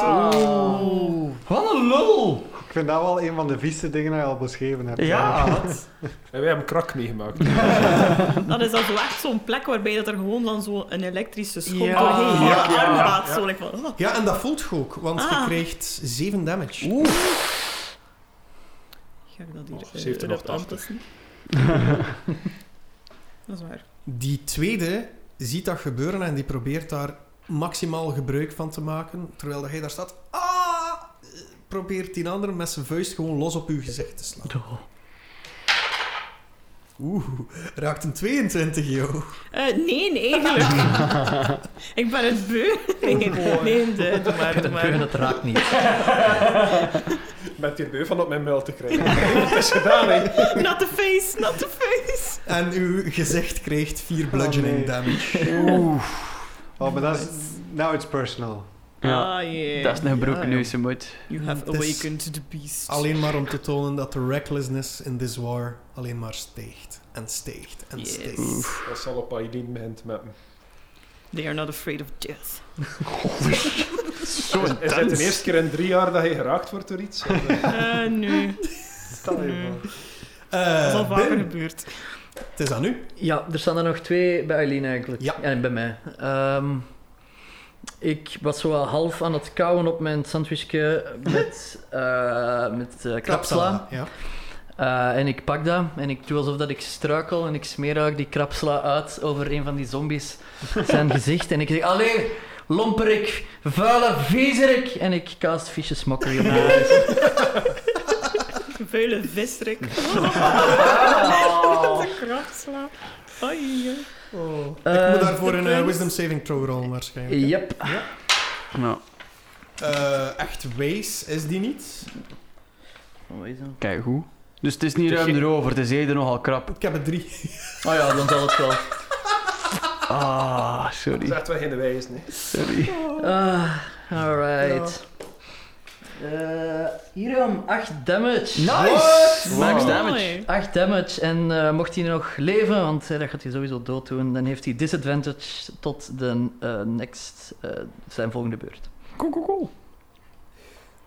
Ah.
gevoel?
Oeh. Wat een lul.
Ik vind dat wel een van de vieste dingen die je al beschreven hebt.
Ja.
En wij hebben krak meegemaakt.
Dat is dan zo echt zo'n plek waarbij dat er gewoon dan zo een elektrische schok
Ja.
doorheen
Ah, ja,
gaat.
ja,
arm
ja.
gaat, zo like van, oh.
Ja, en dat voelt je ook, want je
Ah.
krijgt 7 damage.
Ga ik dat hier
Oh,
eh,
ze heeft er nog
erop
80.
aanpassen? dat is waar.
Die tweede ziet dat gebeuren en die probeert daar maximaal gebruik van te maken. Terwijl dat hij daar staat, ah, probeert die andere met zijn vuist gewoon los op uw gezicht te slaan. Oeh, raakt een 22, joh.
Eh, nee, eigenlijk. ik ben het beu.
Oh,
Nee, nee, de- doe maar, doe
Het beu,
maar.
het raakt niet.
Ik ben hier beu van op mijn muil te krijgen. Het is gedaan, hè.
Not the face, not the face.
En uw gezicht krijgt 4 bludgeoning
Oh, nee.
damage.
Oeh. Oh, maar dat is... Now it's personal.
Ja.
Ah, yeah.
Dat is een gebroken
Ja,
neus, je moet.
You have
Het is
awakened the beast.
Alleen maar om te tonen dat de recklessness in this war alleen maar steegt. En steegt en
Yes.
steegt.
Dat zal op Aileen beginnen te mappen.
They are not afraid of death.
Zo
Is, is dit de eerste keer in drie jaar dat je geraakt wordt door iets? Of, eh,
Eh, nee.
Stel je voor.
Dat is al
Eh
vaker
Bim,
gebeurd.
het is aan u.
Ja, er staan er nog twee bij Eileen eigenlijk.
Ja.
En bij mij. Ehm, ik was zo wel half aan het kauwen op mijn sandwichje met, eh met eh, krapsla.
Ja.
Eh, en ik pak dat en ik doe alsof dat ik struikel en ik smeer ook die krapsla uit over een van die zombies zijn gezicht. En ik zeg, allee, lomperik, vuile viezerik. En ik cast Vicious Mockery op haar.
Vuile visrik.
Oh.
Dat is een krapsla. Oh. Oei. oei.
Ik moet
Eh,
daarvoor een eh,
punt.
wisdom saving throw rollen waarschijnlijk.
Yep.
Nou,
Eh, echt wees is die niet.
Wat is dat?
kijk hoe. Dus het is niet
Het is
ruim
geen-
erover, het is eerder nogal krap.
Ik heb er drie.
Oh ja, dan zal het wel.
Ah,
Dat is
sorry.
echt wel geen wijs, nee.
Sorry.
Ah, alright. Eh, Hiram, 8 damage.
Nice! Max
Mooi.
damage.
8 damage en eh, mocht hij nog leven, want eh, dat gaat hij sowieso dood doen, dan heeft hij disadvantage tot de eh, next, eh, zijn volgende beurt.
Cool, cool, cool.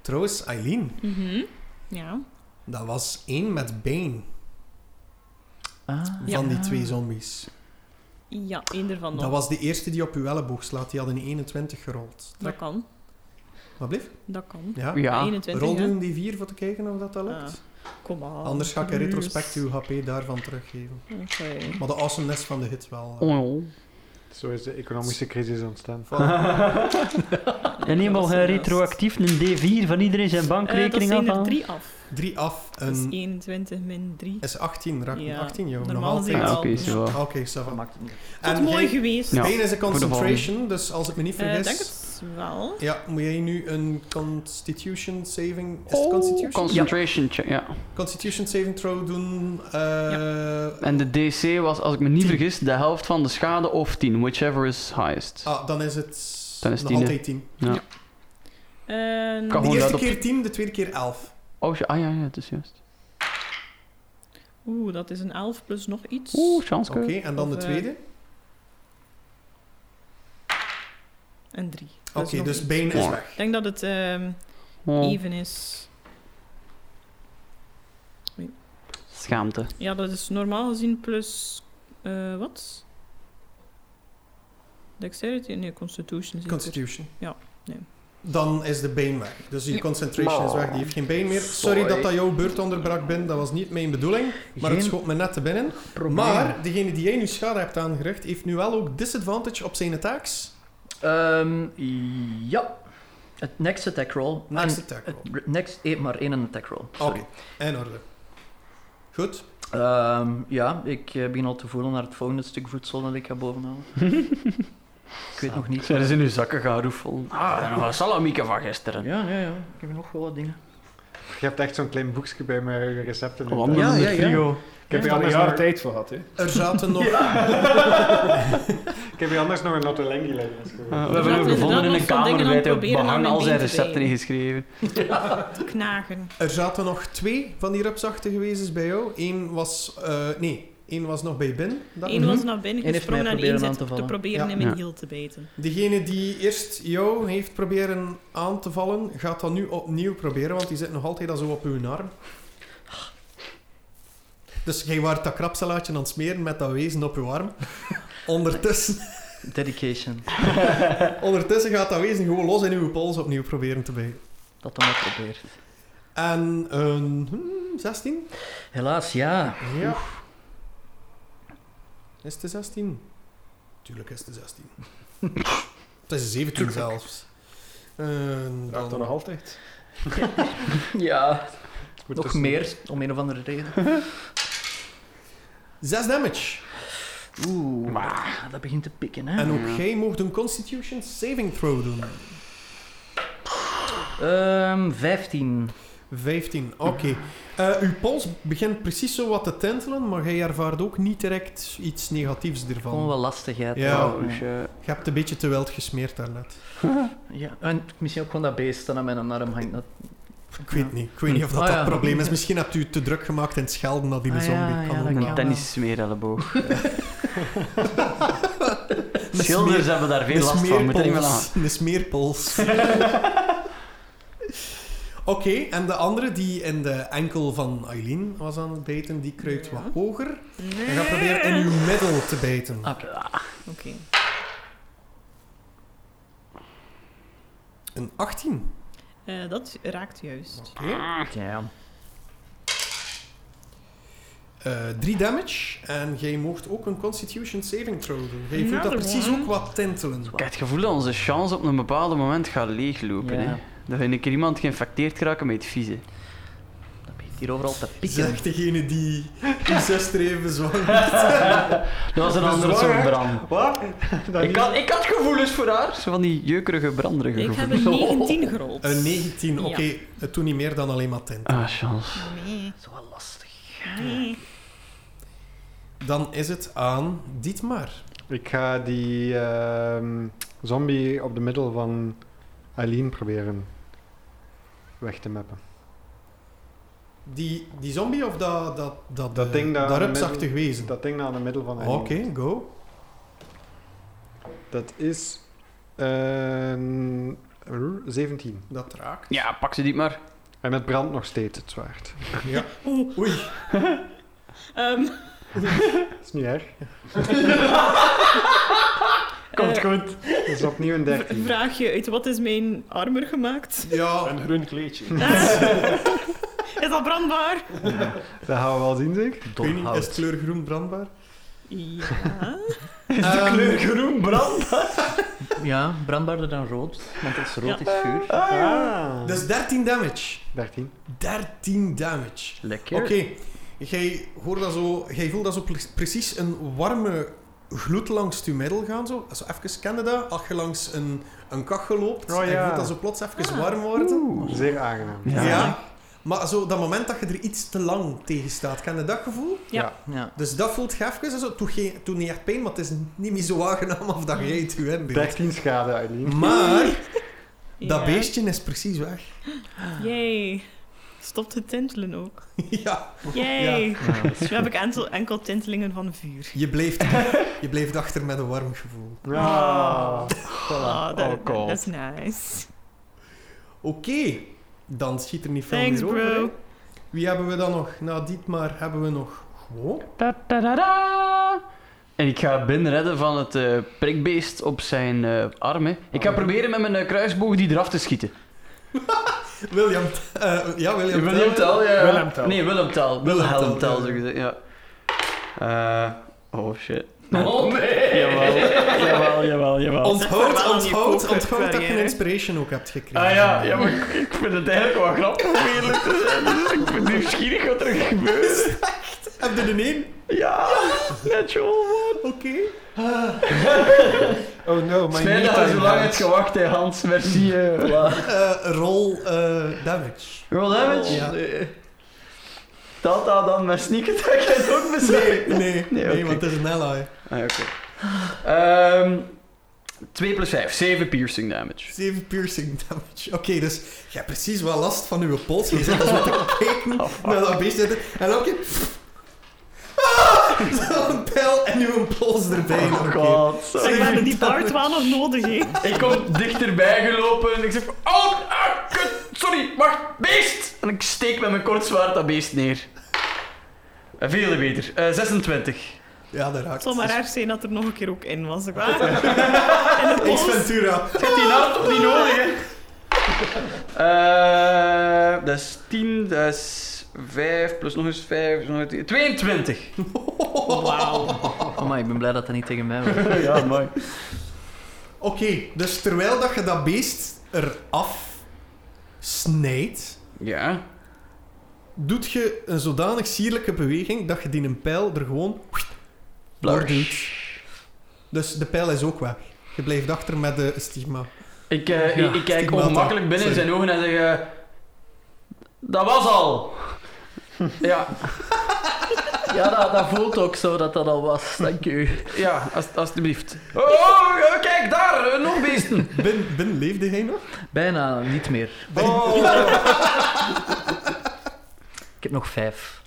Trouwens, Eileen,
Mhm. Ja.
dat was één met Bane
Ah.
van die twee zombies.
Ja, één ervan nog.
Dat was de eerste die op uw elleboog slaat. Die had een 21 gerold.
Dat kan.
Wat bleef?
Dat kan.
Ja.
Ja.
21,
Rol
hè?
doen die vier voor te kijken of dat, dat
Ah.
lukt.
Kom maar.
Anders ga ik in
Yes.
retrospect uw HP daarvan teruggeven.
Oké.
Maar de awesomeness van de hit wel. eh.
Oh.
Zo is de economische crisis ontstaan.
En helemaal
eh, retroactief een D4 van iedereen zijn
Eh, dat
bankrekening
zijn er
afhalen.
drie af.
Drie af,
Dat is
een
21 Dus min 3.
is 18. Raak
Ja.
18, joh. Nog
Normaal
altijd.
gezien
Ja,
wel.
oké, is
Ja.
wel.
Ah, Oké, ça va.
maakt het niet.
Dat
En
is mooi
Bane-
geest.
Ja.
Ik
Bane is een
de volgende.
concentration, dus als ik me niet vergis...
denk het wel.
Ja, moet jij nu een constitution saving...
Oh,
Is het constitution?
Concentration check, ja.
Constitution saving throw doen. eh,
En de DC was, als ik me niet
Tien.
vergis, de helft van de schade of 10, whichever is highest.
Ah, dan is het
Dan is
nog
tien, hè.
altijd 10.
En
Kan
De
Gewoon
eerste
dat op-
keer 10, de tweede keer 11.
Oh, ja, ah ja, ja, het is juist.
Oeh, dat is een 11 plus nog iets.
Oeh, chance
Oké, en dan de
Of, eh,
tweede.
En 3.
Oké, dus Bane is
Ja.
weg.
Ik denk dat het ehm,
Oh,
even is.
schaamte.
Ja, dat is normaal gezien plus... eh, wat? Dexterity? Nee, Constitution. zeker.
Constitution.
Ja, nee.
Dan is de bane weg. Dus je
Ja.
concentration is weg. Die heeft geen bane meer.
Nou,
Sorry dat dat jouw beurt onderbrak ben. Dat was niet mijn bedoeling. Maar het
Geen
schoot me net te binnen.
probleem.
Maar degene die jij nu schade hebt aangericht, heeft nu wel ook disadvantage op zijn attacks.
Ehm, ja. Het next attack roll.
Next
En-
attack roll.
het Next, eh, maar één attack roll.
Oké,
Sorry.
in orde. Goed.
Ehm, ja, ik eh, begin al te voelen naar het volgende stuk voedsel dat ik ga bovenhalen. ik weet nog niet.
Zijn ze in uw zakken gaan roefelen? Ah, en nog een salamieke van gisteren. Eh,
Ja, ja, ja. Ik heb nog wel wat dingen.
Je hebt echt zo'n klein boekje bij mijn recepten.
Oh, anders
Ja,
is
ja,
het
ja.
trio.
Ik heb,
Heb je
hier
daar
anders
een jaar
nog,
tijd voor gehad, hè?
Er zaten nog...
ik heb hier anders nog een Notelengi liggen. als je wilt.
Ah, we
laten
hebben hem gevonden in
inderdaad
een
nog zo'n dingen
kamer
aan
bij het
proberen aan
behang
mijn
al zijn
been te
recepten
brengen.
ingeschreven.
Knagen.
Er zaten nog twee van die rupsachten geweest bij jou. Eén was... eh, nee, één was nog bij Ben. Mhm. dacht ik.
Eén was naar binnen
Mhm. Eén heeft
gesprongen
mij
en
proberen
één
aan
zit
te
te
vallen.
proberen
Ja.
in mijn
Ja.
hiel te bijten.
Degene die eerst jou heeft proberen aan te vallen, gaat dat nu opnieuw proberen, want die zit nog altijd al zo op uw arm. Dus jij waart dat krapsalaatje aan het smeren met dat wezen op uw arm. Ondertussen,
Dedication.
ondertussen gaat dat wezen gewoon los in uw pols opnieuw proberen te bijten.
Dat dan ook probeert.
En een hmm, 16?
Helaas, ja.
Ja. Is het de 16? Tuurlijk is het de 16. het is de 17 zelfs. En
Raakt dat
dan
nog altijd?
Ja,
Goed,
nog
dus-
meer, om een of andere reden.
6 damage.
Oeh, dat begint te pikken, hè.
En ook jij mocht een Constitution Saving Throw doen.
Ehm 15.
15, oké. Eh, uw pols begint precies zo wat te tentelen, maar jij ervaart ook niet direct iets negatiefs
Gewoon
ervan.
wel lastigheid.
Ja.
hè.
Dus, eh,
Je hebt een beetje te wild gesmeerd daarnet.
ja. En misschien ook gewoon dat beest dat aan mijn arm hangt. Dat...
Ik weet niet. Ik weet niet of dat
Ah,
dat
ja.
probleem is. Misschien hebt u te druk gemaakt in het schelden naar die
Ah, ja,
zombie.
ja,
kan
dat
ook
kan.
wel.
Tennis smeerelleboog.
Een
Schilders hebben daar veel last van, moet er niet meer aan.
smeerpols. Een smeerpols. Oké, en de andere die in de enkel van Eileen was aan het bijten, die kruipt
Ja.
wat hoger.
Nee. Ah,
En gaat proberen in uw middel te bijten.
Oké.
Een 18.
Eh, dat raakt juist.
Oké.
Ja.
eh 3 damage. En jij mocht ook een Constitution Saving Throw doen. Jij voelt dat
Another
precies
one.
ook wat tintelen.
Ik heb het gevoel dat onze chance op een bepaald moment gaat leeglopen.
Ja.
Hè? Dat we een keer iemand geïnfecteerd geraken met het vieze.
Dat begint hier overal te pikken.
Zeg degene die incest even zwanger.
Dat was een andere soort brand.
Wat? Dat
Ik had, ik had gevoelens voor haar. Zo van die jeukerige, branderige
Ik heb
gevoelens.
een 19 gerold.
Een 19,
Ja.
oké. Het doet niet meer dan alleen maar tint.
Ah, chance.
Nee.
Dat is wel lastig.
nee.
Dan is het aan Dietmar.
Ik ga die ehm, zombie op de middel van Eileen proberen weg te mappen.
Die, die zombie of dat... Dat, dat,
Dat
eh,
ding daar
Dat
in het midden-
rupsachtig wezen. Ah,
Dat ding nou aan de middel van
Oké,
Eileen.
go.
Dat is een r- 17.
Dat raakt.
Ja, pak ze die maar.
En met brand nog steeds het zwaard.
Oeh.
Oei.
Ehm,
Dat is niet erg.
Komt eh,
goed. Dat is opnieuw een 13.
vraag je uit wat is mijn armor gemaakt?
Ja,
Een groen kleedje.
Is dat brandbaar?
Dat gaan we wel zien, zeg.
ik weet niet, is het kleur groen brandbaar? Ehm,
Ja.
Is de kleur
groen brand.
Ja, brandbaarder dan rood, want het is rood is vuur.
Ah.
Dat is 13 dus damage.
13.
13 damage.
Lekker.
Oké, jij hoort dat zo, jij voelt dat zo pre- precies een warme gloed langs je middel gaan. Zo. Zo even kennen dat, als je langs een, een kachel loopt
Oh,
en je
ja.
voelt dat zo plots even
Ah.
warm worden.
Zeer aangenaam.
Ja.
Ja.
Maar zo dat moment dat je er iets te lang tegen staat, ken je dat gevoel?
Ja.
Dus dat voelt je even, en zo. Toen, geen, toen niet echt pijn, maar het is niet meer zo aangenaam of dat jij het je inbeeldt.
13 schade, Eileen.
Maar
Ja.
dat beestje is precies weg.
Yay. Stopt het tintelen ook.
ja,
Yay.
Ja, dat is
Nu heb ik enkel, enkel tintelingen van vuur.
je blijft, je blijft achter met een warm gevoel.
Ah.
Oh, dat
Oh, God.
is nice.
Oké, dan schiet er niet veel
Thanks,
meer over.
bro.
hè. Wie hebben we dan nog? Na Dietmar hebben we nog gewoon.
Da, da, da, da. En ik ga Ben redden van het eh, prikbeest op zijn eh arm. hè. Ik
Oh.
ga proberen met mijn eh, kruisboog die eraf te schieten.
William. eh, ja, William.
Willem Tel, ja.
Willem Tel.
Nee, Willem Tel.
Willem
Wilhelm
Tel,
Tel,
ja.
zo gezegd, ja. Eh, oh shit. Oh nee! Jawel, jawel, jawel, jawel.
Onthoud,
Wel aan die
onthoud,
koker,
onthoud dat je
sorry,
een
hè.
inspiration ook hebt gekregen.
Ah ja, ja, maar ik- ik vind het eigenlijk wel grappig om eerlijk te zijn. Dus ik ben nieuwsgierig wat er gebeurt.
Heb je er één?
Ja, natural one.
Oké.
Ah.
Oh no, my
Fijn dat
knee
je zo
time
lang hebt
hurts.
gewacht, hè, Hans. Merci. eh. Wow.
Eh, rol eh, damage.
Roll damage?
Ja.
Nee. Dat dat dan met sneak attack en ook met
Nee, nee, nee,
Nee, oké.
want het is een ally.
Ah, oké. Ehm 2 plus 5, 7 piercing damage.
7 piercing damage. Oké, dus je hebt precies wel last van uw pols. Je zit dus wat te kijken
Ah,
naar dat beest zitten. En dan ook je... Ah, Zo'n pijl en uw pols erbij. Oké.
Oh god.
We hebben die bard wel nog nodig, hè.
Ik kom dichterbij gelopen en ik zeg van, oh, ah, kut, sorry, wacht, beest! En ik steek met mijn kort zwaard dat beest neer. Eh, Veel beter. Eh 26.
Ja, dat raakt.
Het zal maar
Dus-
raar zijn dat er nog een keer ook in was. Ik weet het niet. In
Ace
het bos.
Ventura.
Ik heb die naam toch niet nodig, hè? Eh, dat is 10, dat is 5, plus nog eens 5, plus nog eens 10. 22.
Wauw.
Oh, maar ik ben blij dat dat niet tegen mij was.
ja, mooi.
Oké, dus terwijl dat je dat beest eraf snijdt,
Ja.
doet je een zodanig sierlijke beweging dat je die een pijl er gewoon... Dus de pijl is ook weg. Je blijft achter met de stigma.
Ik, eh,
Ja,
ik, ik kijk
stigmata.
ongemakkelijk binnen in
Sorry.
zijn ogen en zeg... eh, dat was al. ja,
Ja, dat, dat voelt ook zo dat dat al was. Dank u.
ja, als, alsjeblieft. Oh, oh, eh, kijk, daar, eh, nog beesten.
Ben, ben leefde hij nog?
Bijna niet meer.
Oh.
Ik heb nog vijf.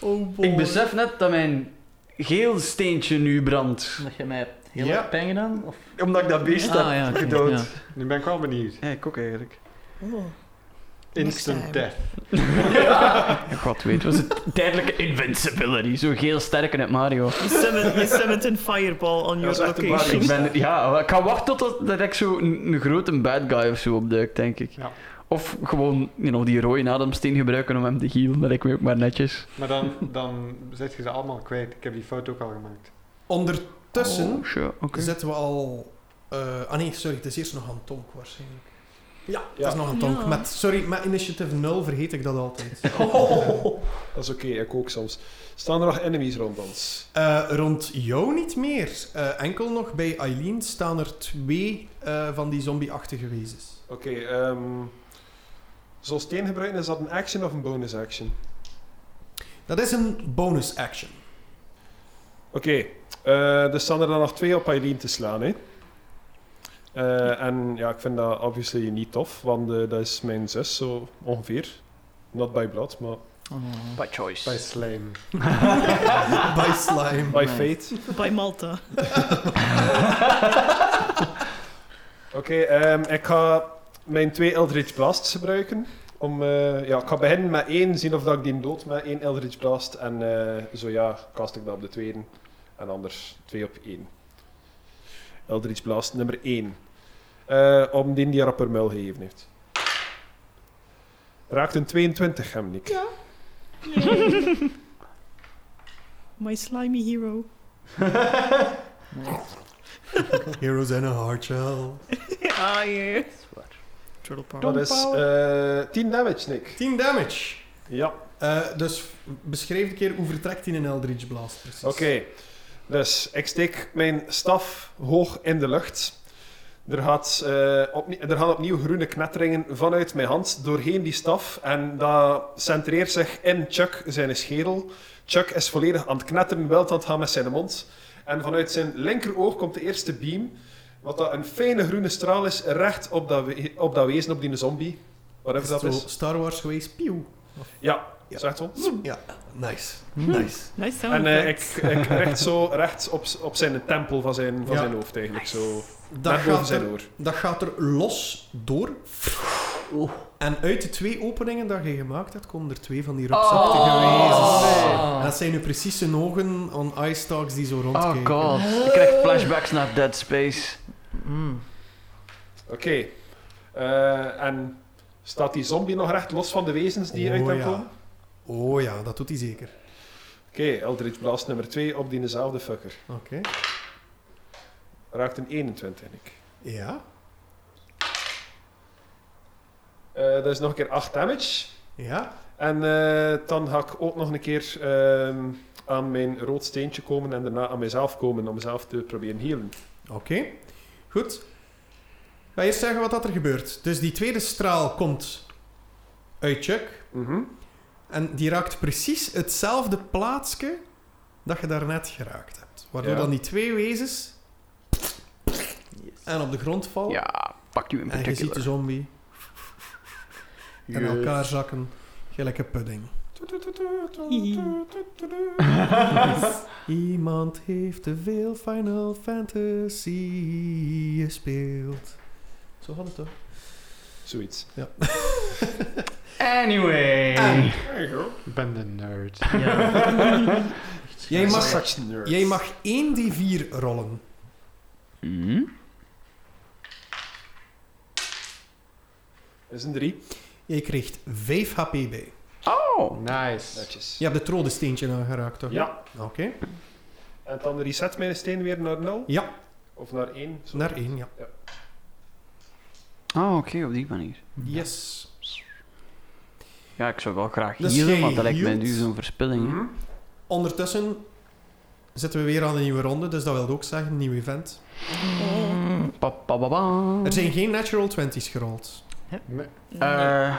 Oh boy.
ik besef net dat mijn geel steentje nu brandt.
Dat je mij heel
Ja.
erg pijn gedaan? Of?
Omdat ik dat beest heb
ja, oké,
gedood.
ja.
Nu ben ik wel benieuwd.
Ja, ik ook eigenlijk.
Oh.
Instant
time.
death.
Ja, God weet, was het tijdelijke invincibility. Zo geel sterk in het Mario.
You summon- you summoned een fireball on your
Dat is echt een
location.
Ik ben, ja, ik ga wachten tot dat ik zo een, een grote bad guy of zo opduikt, denk ik.
Ja.
Of gewoon you know, die rode ademsteen gebruiken om hem te healen, dat ik me ook maar netjes.
Maar dan, dan zet je ze allemaal kwijt. Ik heb die foto ook al gemaakt.
Ondertussen
Oh, sure, oké.
zetten we al... eh, ah nee, sorry, het is eerst nog aan Tonk waarschijnlijk. Ja, het
Ja.
is nog aan
Ja.
Tonk. Met, sorry, met initiative 0 vergeet ik dat altijd. Eh,
Dat is oké, ik ook soms. Staan er nog enemies rond ons?
Eh, rond jou niet meer. Eh, enkel nog bij Eileen staan er twee eh, van die zombie-achtige wezens.
Oké, ehm zo'n steen gebruiken, is dat een action of een bonus action?
Dat is een bonus action.
Oké, eh, dus staan er dan nog twee op Eileen te slaan, hè? Eh, en ja, ik vind dat obviously niet tof, want eh, dat is mijn zus, zo ongeveer. Not by blood, maar
By
Bij
choice.
Slame.
By slime.
by
Nee.
fate.
Bij Malta.
Oké, ehm, ik ga mijn twee Eldritch Blasts gebruiken. Om, eh, ja, ik ga beginnen met één, zien of dat ik die dood met één Eldritch Blast. En eh, zo ja, kast ik dat op de tweede. En anders twee op één. Eldritch Blast nummer één. Eh, om die die rapper muil gegeven heeft. Raakt een 22 hem, Nick.
My slimy hero.
Heroes in a hard shell.
ah, yeah. Turtle
Dat
power.
is eh 10 damage, Nick.
10 damage.
Ja.
Eh, dus f- beschrijf een keer hoe vertrekt hij een Eldritch Blast precies.
Oké, dus ik steek mijn staf hoog in de lucht. Er, gaat, eh, opnie- er gaan opnieuw groene knetteringen vanuit mijn hand doorheen die staf. En dat centreert zich in Chuck, zijn schedel. Chuck is volledig aan het knetteren, wel aan het gaan met zijn mond. En vanuit zijn linkeroog komt de eerste beam. Wat dat een fijne groene straal is, recht op dat, we- op dat wezen, op die zombie. Whatever dat
Zo
is.
Star Wars geweest, pieuw.
Ja,
Ja.
zegt wel.
Ja, nice. Nice.
Nice sound
En eh, ik,
effects.
ik recht zo recht op, op zijn tempel van zijn, van
Ja.
zijn hoofd eigenlijk. Zo.
Dat
Daar boven
gaat,
zijn
er,
oor.
dat gaat er los door. En uit de twee openingen dat je gemaakt hebt, komen er twee van die rupsachtige
Oh.
wezens.
Ah.
En Dat zijn nu precies zijn ogen on ice stalks die zo
Oh
rondkijken.
god. Ik krijg flashbacks naar Dead Space.
Mm.
Oké. Eh, en staat die zombie nog recht los van de wezens die uit
Oh,
hem
ja.
komen?
Oh ja, dat doet hij zeker.
Oké, Eldritch Blast nummer 2 op diezelfde fucker.
Oké.
Raakt een 21, Nick.
Ja,
Eh dat is nog een keer 8 damage.
ja.
En eh, dan ga ik ook nog een keer ehm, aan mijn rood steentje komen en daarna aan mezelf komen om mezelf te proberen healen.
Oké. Goed. Ik ga eerst zeggen wat dat er gebeurt. Dus die tweede straal komt uit Chuck.
Mhm.
En die raakt precies hetzelfde plaatsje dat je daarnet geraakt hebt. Waardoor
Ja.
dan die twee wezens en op de grond vallen.
Ja, pak u in
Oh. en je ziet dus de
particular.
zombie en elkaar zakken. Gelijk een pudding.
Hihi.
Iemand heeft te veel Final Fantasy gespeeld. Zo had het toch?
Zoiets.
Anyway.
Ah,
Ik ben de nerd.
Ja.
Jij mag,
Such nerd.
jij mag 1d4 rollen.
Hm?
Dat is een 3.
Jij krijgt 5 HP bij.
Oh.
Nice.
Netjes.
Je hebt het rode steentje aangeraakt, toch?
Ja.
Oké.
En dan reset mijn steen weer naar 0?
Ja.
Of naar 1?
Naar 1, ja.
Oh, oké, op die manier.
Yes.
Ja, ik zou wel graag
Dus
healen,
jij
want dat lijkt mij
healt?
nu zo'n verspilling.
Hmm.
hè.
Mhm. Ondertussen zitten we weer aan een nieuwe ronde, dus dat wil ook zeggen, een nieuw event.
Oh.
Pa, pa, pa, pa.
Er zijn geen natural 20's gerold.
Me-
Eh,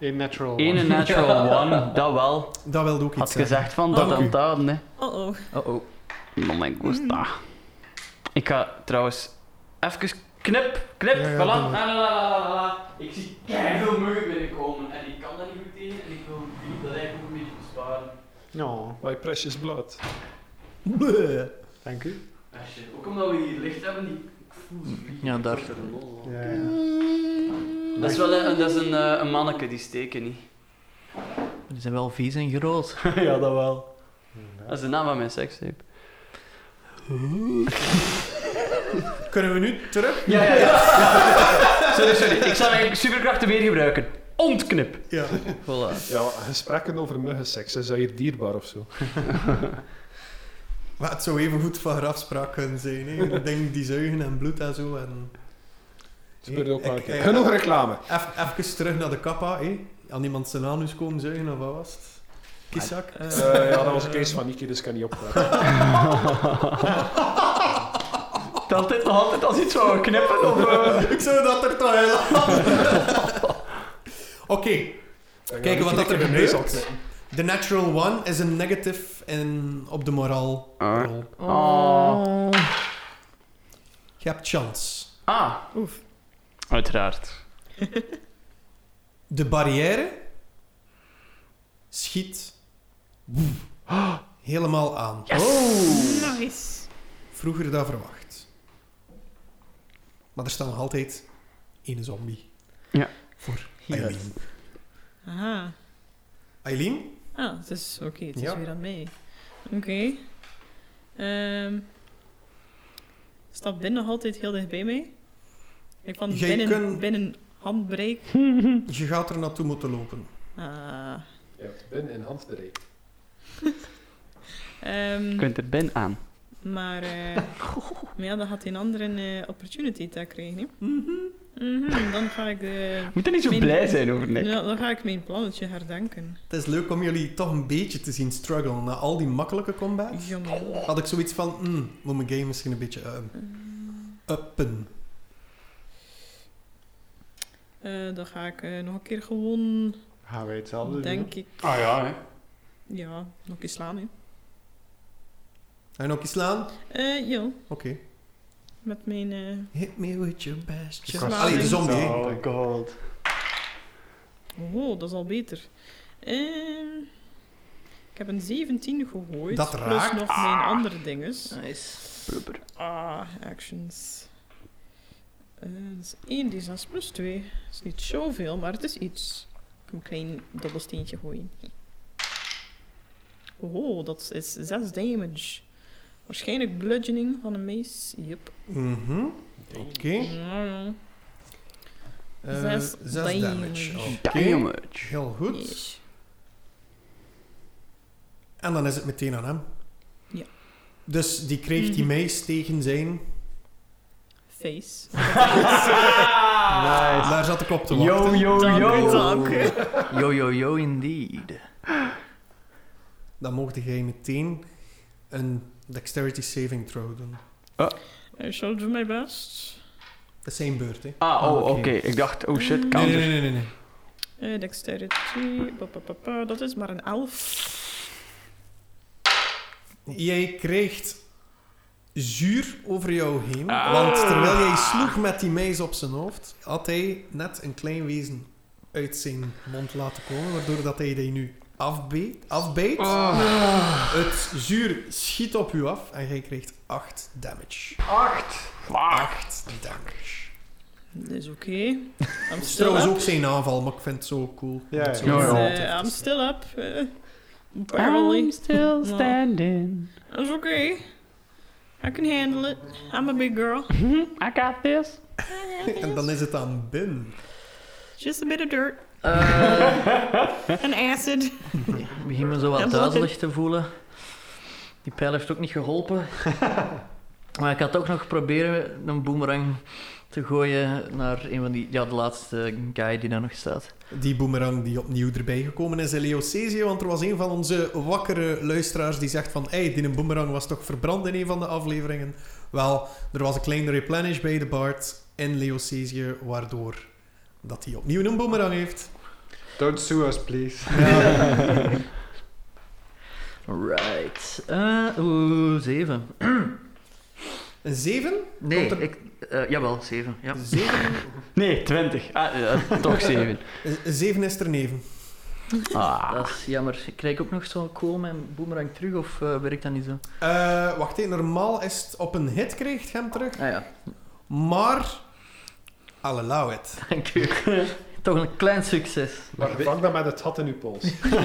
Een natural one.
Ene natural one, dat wel.
Dat wil ook iets
Had
zeggen.
gezegd van
Oh.
dat aan het houden, hè.
oh
Oh oh.
No me gusta. Ik ga trouwens even knip, knip,
Ja, ja,
voilà. Ah,
doe
la, la, la, la, la, la. Ik zie veel muggen binnenkomen en ik kan daar niet goed tegen en ik wil die- dat eigenlijk ook een beetje besparen.
No,
My precious blood.
Bleh.
thank you.
Ah, shit. Ook omdat we hier licht hebben, die ik voel ze vliegen.
Ja,
Ik
daar.
word er lol van.
Ja, ja.
Dat is wel een, dat is een, eh, een manneke, die steken niet.
Die zijn wel vies en groot.
ja, dat
Mm.
wel. Dat is de naam van mijn sekstape.
Kunnen we nu terug?
Ja, ja, ja. Sorry, sorry. Ik zal eigenlijk superkrachten weer gebruiken. Ontknip.
Ja.
Voilà.
Ja, gesprekken over muggenseks, is dat hier dierbaar of zo?
Maar het zou even goed van grafspraak kunnen zijn. Hè. Ik denk die zuigen en bloed en zo. En...
Het gebeurt ook
Ik-
maar een
ik-
keer.
ik-
Genoeg reclame.
Even, even terug naar de kappa. Hè. Aan iemand zijn anus komen zuigen of wat was het? Kisak?
Eh, ja, dat was een case van Niki, dus ik kan niet opklappen.
Telt dit nog altijd als iets wat we knippen? Of, eh?
Ik zou dat er toch heel Oké, kijken wat dat er gebeurt. The natural one is een negative in, op de moraal. rol.
Oh.
Je hebt chance.
Ah.
Oef.
Uiteraard.
De barrière schiet helemaal aan.
Yes.
Nice.
Vroeger dan verwacht. Maar er staat nog altijd één zombie.
Ja.
Voor
Ja.
Eileen.
Aha.
Eileen?
Ah, het is oké, het is
Ja.
weer aan mij. Oké. Ehm stapt binnen nog altijd heel dicht bij mij. Ik van
Jij
binnen,
kunt-
binnen handbreek.
Je gaat er naartoe moeten lopen.
Ah.
Ja, ben in hand te rekenen.
Je
Ehm
kunt er Ben aan.
maar, eh, maar ja, dan had hij een andere eh, opportunity attack krijgen. Hè? Mhm, dan ga ik de...
Moet er niet zo
Mijn-
blij zijn over, Nick.
Ja, dan ga ik mijn plannetje herdenken.
Het is leuk om jullie toch een beetje te zien struggelen. Na al die makkelijke combats
Jammer.
had ik zoiets van, hmm, moet mijn game misschien een beetje eh, uppen.
Eh, dan ga ik eh, nog een keer gewoon,
Gaan wij hetzelfde doen?
denk ik,
Ah ja, hè.
ja, nog een keer slaan. Hè.
En ook iets slaan?
Eh, ja,
Oké.
met mijn... eh,
Hit me with your best
Ik
shot.
was-
Allee, de zombie. hè.
Oh god.
Oh, dat is al beter. Ehm, ik heb een 17 gegooid.
Dat raakt.
Plus nog mijn andere dinges.
Nice.
Ah, actions. Eh, dat is 1 d6 plus 2. Dat is niet zoveel, maar het is iets. Ik moet een klein dobbelsteentje gooien. Oh, dat is 6 damage. Waarschijnlijk bludgeoning van een mace. Yep.
Mhm. Oké.
Ja,
Eh,
Zes
Zes
damage.
damage. Oké.
Damage.
Heel goed.
Yes.
En dan is het meteen aan hem.
Ja.
Dus die kreeg die meis tegen zijn.
Face.
nice.
Daar zat ik op te wachten.
Yo, Oh, yo,
Dank u,
yo.
dank u.
Yo, yo, yo, indeed.
Dan mocht jij meteen een dexterity saving throw doen.
I shall do my best.
Dat is zijn beurt, hè?
Ah, oh,
Oké.
oké. Ik dacht, oh shit,
Nee,
counter.
nee, nee, nee. nee.
Eh, dexterity. pa, pa, pa, pa. Dat is maar een 11.
Jij kreeg zuur over jou heen.
Ah.
Want terwijl jij sloeg met die meis op zijn hoofd, had hij net een klein wezen uit zijn mond laten komen, waardoor dat hij die nu afbeet. afbeet.
Oh.
Het zuur schiet op u af en jij krijgt 8 damage.
Acht!
Fuck.
8 damage.
Dat is Dus oké. I'm
Het is
still
trouwens
up.
ook zijn aanval, maar ik vind het zo cool.
Ja,
Dat
ja.
zo
Ja, ja.
altijd
Eh, I'm
is.
still up. eh, barely.
still
Ja.
standing.
Dat is oké. I can handle it. I'm a big girl.
I got this.
En dan is het aan Bin.
Just a bit of dirt.
Eh,
And acid.
ik begin me zo
Ja,
wat
maar dat
duizelig te voelen. Die pijl heeft ook niet geholpen. Maar ik had ook nog proberen een boomerang te gooien naar een van die, ja, de laatste guy die daar nog staat.
Die boomerang die opnieuw erbij gekomen is in Leocesio, want er was een van onze wakkere luisteraars die zegt van hey, die boomerang was toch verbrand in een van de afleveringen. Wel, er was een kleine replenish bij de Bard in Leocesio, waardoor dat hij opnieuw een boomerang heeft.
Don't sue us, please.
Right. Eh Oeh, zeven.
Een 7?
Nee,
Komt er-
ik, eh, jawel, zeven. Ja.
Nee, 20. Ah, ja, toch 7.
Een 7 is er neven.
Ah.
Dat is jammer. Krijg ik ook nog zo cool mijn boomerang terug of eh, werkt dat niet zo?
Eh, wacht even, normaal is het op een hit krijgt je hem terug,
Ah ja,
maar I'll allow it.
dank u. Toch een klein succes.
Maar vang dan met het gat in uw pols.
Come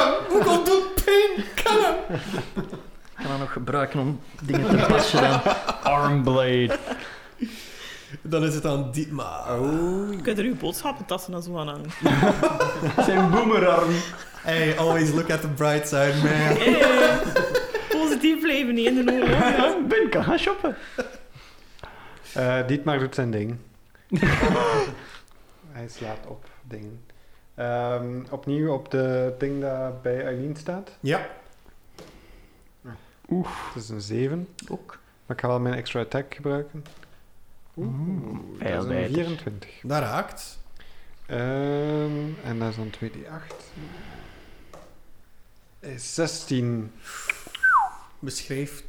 on, we gaan doen pijn, come on.
Ik Cobra-kanon dingen te pas gedaan.
Armblade.
Dan is het aan Dietmar.
Oh.
Je kunt er uw boodschappentassen als zo aan hangen.
Zijn boomerang.
Hey, always look at the bright side, man.
Eh, Positief blijven niet in de oorlog.
Ben kan gaan shoppen.
Eh, Dietmar doet zijn ding. Hij slaat op dingen. Ehm, opnieuw op de ding dat bij Eileen staat.
Ja.
Het is een 7.
Ook.
Maar ik ga wel mijn extra attack gebruiken. Oeh, dat is
veel
een
beter.
24.
Dat raakt.
Ehm, en dat is dan 2d8. Is 16.
Beschrijf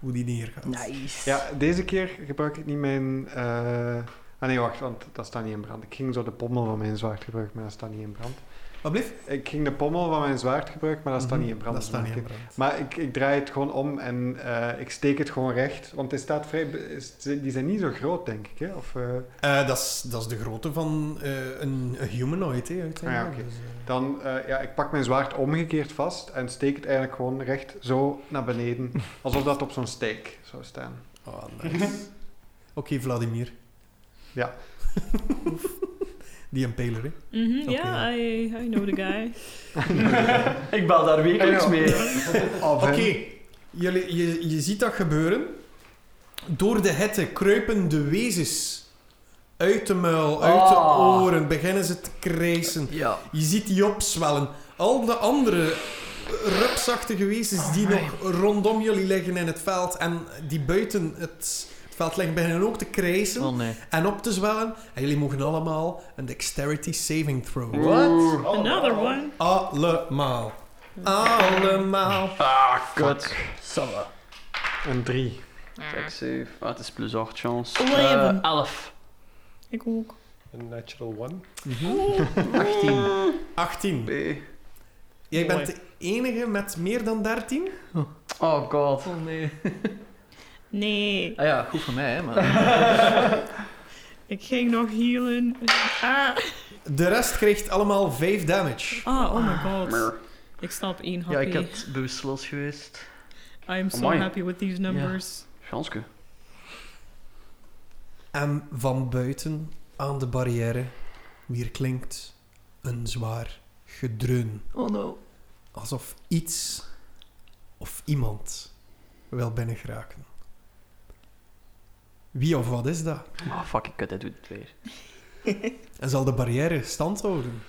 hoe die neergaat.
Nice.
Ja, deze keer gebruik ik niet mijn... eh, Ah nee, wacht, want dat staat niet in brand. Ik ging zo de pommel van mijn zwaard gebruiken, maar dat staat niet in brand.
Wat blieft?
Ik ging de pommel van mijn zwaard gebruiken, maar dat staat niet in brand.
Mhm,
dus
Dat staat niet in
Ik-
brand.
Maar ik, ik draai het gewoon om en eh, ik steek het gewoon recht. Want het staat vrij... be- is- Die zijn niet zo groot, denk ik. Hè? Of, eh,
Eh, dat, is, dat is de grootte van eh, een, een humanoid, hè, uiteindelijk.
Ah ja, oké.
Dus, eh,
Dan, eh, ja, ik pak mijn zwaard omgekeerd vast en steek het eigenlijk gewoon recht zo naar beneden. Alsof dat op zo'n steek zou staan.
Oh, nice. Oké, Vladimir.
Ja.
Die impaler, hè?
Mhm,
Oké.
Ja, I, I know the guy.
Ik bel daar wekelijks mee.
Of
Oké,
hem.
jullie- je, je ziet dat gebeuren. Door de hette kruipen de wezens uit de muil, uit
Ah.
de oren, beginnen ze te krijsen.
Ja.
Je ziet die opzwellen. Al de andere rupsachtige wezens die nog rondom jullie liggen in het veld en die buiten het veld liggen, beginnen ook te krijsen
Oh nee.
en op te zwellen. En jullie mogen allemaal een dexterity saving throw.
What?
Another
Oh.
one.
Allemaal. Allemaal.
Ah, kut.
Sava.
Een 3.
Kijk, safe. Ah, het is plus 8 chance. Eh,
Eleven.
11.
Ik ook.
Een natural one.
18.
18.
Nee.
Jij bent de enige met meer dan 13?
Oh god.
Oh nee.
Nee,
Ah ja, goed voor mij, hè, maar...
ik ging nog healen. Ah,
De rest krijgt allemaal 5 damage.
ah oh my god.
Mer.
Ik sta op één HP.
Ja, ik had bewusteloos geweest.
I'm so
Amai.
happy with these numbers.
Chanske.
En van buiten aan de barrière weer klinkt een zwaar gedreun.
Oh no.
Alsof iets of iemand wil binnen geraken. Wie of wat is dat?
Ah, fuck, ik kut, hij doet het weer.
En zal de barrière stand houden?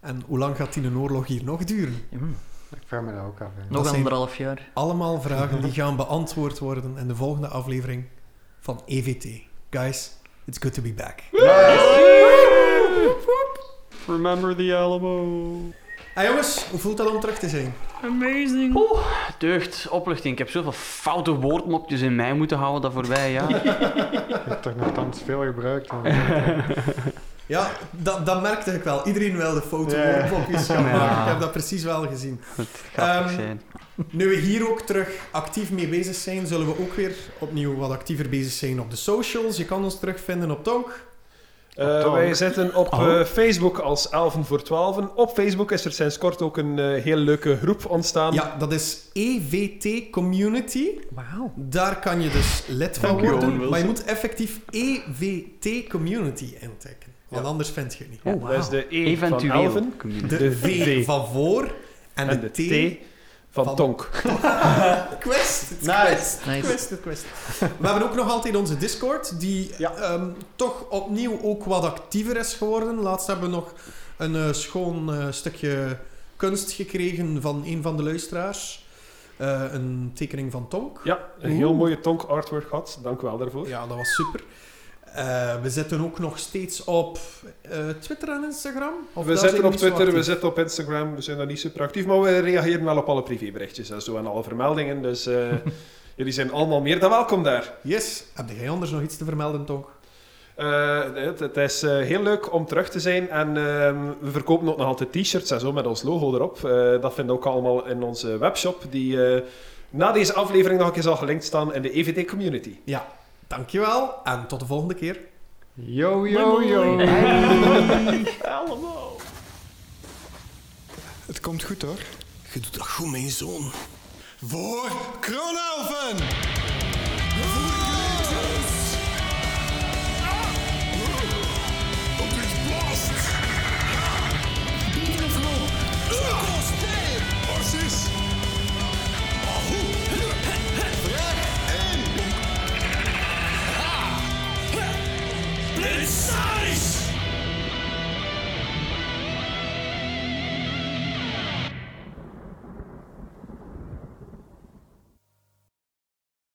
En hoe lang gaat die een oorlog hier nog duren?
Mm.
Ik vraag me dat ook af. hè.
Nog
zijn-
anderhalf jaar.
Allemaal vragen die gaan beantwoord worden in de volgende aflevering van EVT. Guys, it's good to be back.
Remember the Alamo.
Hey jongens, hoe voelt dat om terug te zijn?
Amazing.
Deugd, opluchting. Ik heb zoveel foute woordmopjes in mij moeten houden dat voorbij, ja.
Ik heb toch nogthans veel gebruikt. hè.
Ja, dat, dat merkte ik wel. Iedereen wilde foto
Ja.
yeah. popjes gaan
Ja.
maken. Ik heb dat precies wel gezien.
Het grappig
Ehm,
zijn.
Nu we hier ook terug actief mee bezig zijn, zullen we ook weer opnieuw wat actiever bezig zijn op de socials. Je kan ons terugvinden op Tonk.
Eh,
Tom.
wij zitten op
Oh.
eh, Facebook als Elven voor 12. Op Facebook is er sinds kort ook een eh, heel leuke groep ontstaan.
Ja, dat is EVT Community.
Wauw.
Daar kan je dus lid van
Dank je, Owen
worden,
Wilson.
maar je moet effectief EWT Community intikken. Want anders vind je het niet.
Ja.
Dat is de E
Eventueel.
van Elven.
community.
De,
De
V
V.
van voor en,
En
de, T.
de T van,
van-
Tonk.
Quest. het
Nice.
Quest.
Nice.
Quest, het quest. We hebben ook nog altijd onze Discord, die
Ja.
ehm, toch opnieuw ook wat actiever is geworden. Laatst hebben we nog een eh, schoon eh, stukje kunst gekregen van een van de luisteraars. Eh, een tekening van Tonk.
Ja, een heel
Oeh.
mooie Tonk artwork gehad. Dank u wel daarvoor.
Ja, dat was super. Eh, we zitten ook nog steeds op eh, Twitter en Instagram. Of
we
daar zijn
zitten op
niet zo
Twitter, we
actief?
zitten op Instagram. We zijn daar niet super actief, maar we reageren wel op alle privéberichtjes en zo en alle vermeldingen. Dus eh, jullie zijn allemaal meer dan welkom daar.
Yes. Heb jij anders nog iets te vermelden, Tonk?
Eh, het, het is eh, heel leuk om terug te zijn en ehm, we verkopen ook nog altijd t-shirts en zo met ons logo erop. Eh, dat vinden we ook allemaal in onze webshop, die eh, na deze aflevering nog een keer zal gelinkt staan in de EVT community.
Ja, dankjewel en tot de volgende keer.
Yo, yo, yo.
Alamo.
Het komt goed hoor.
Je doet dat goed, mijn zoon.
voor Kronelfen! Voor Kratos! Op is blast! Bieden of no? Kratos, nee! Precies! Ahu! Vraag 1! Blitzaris!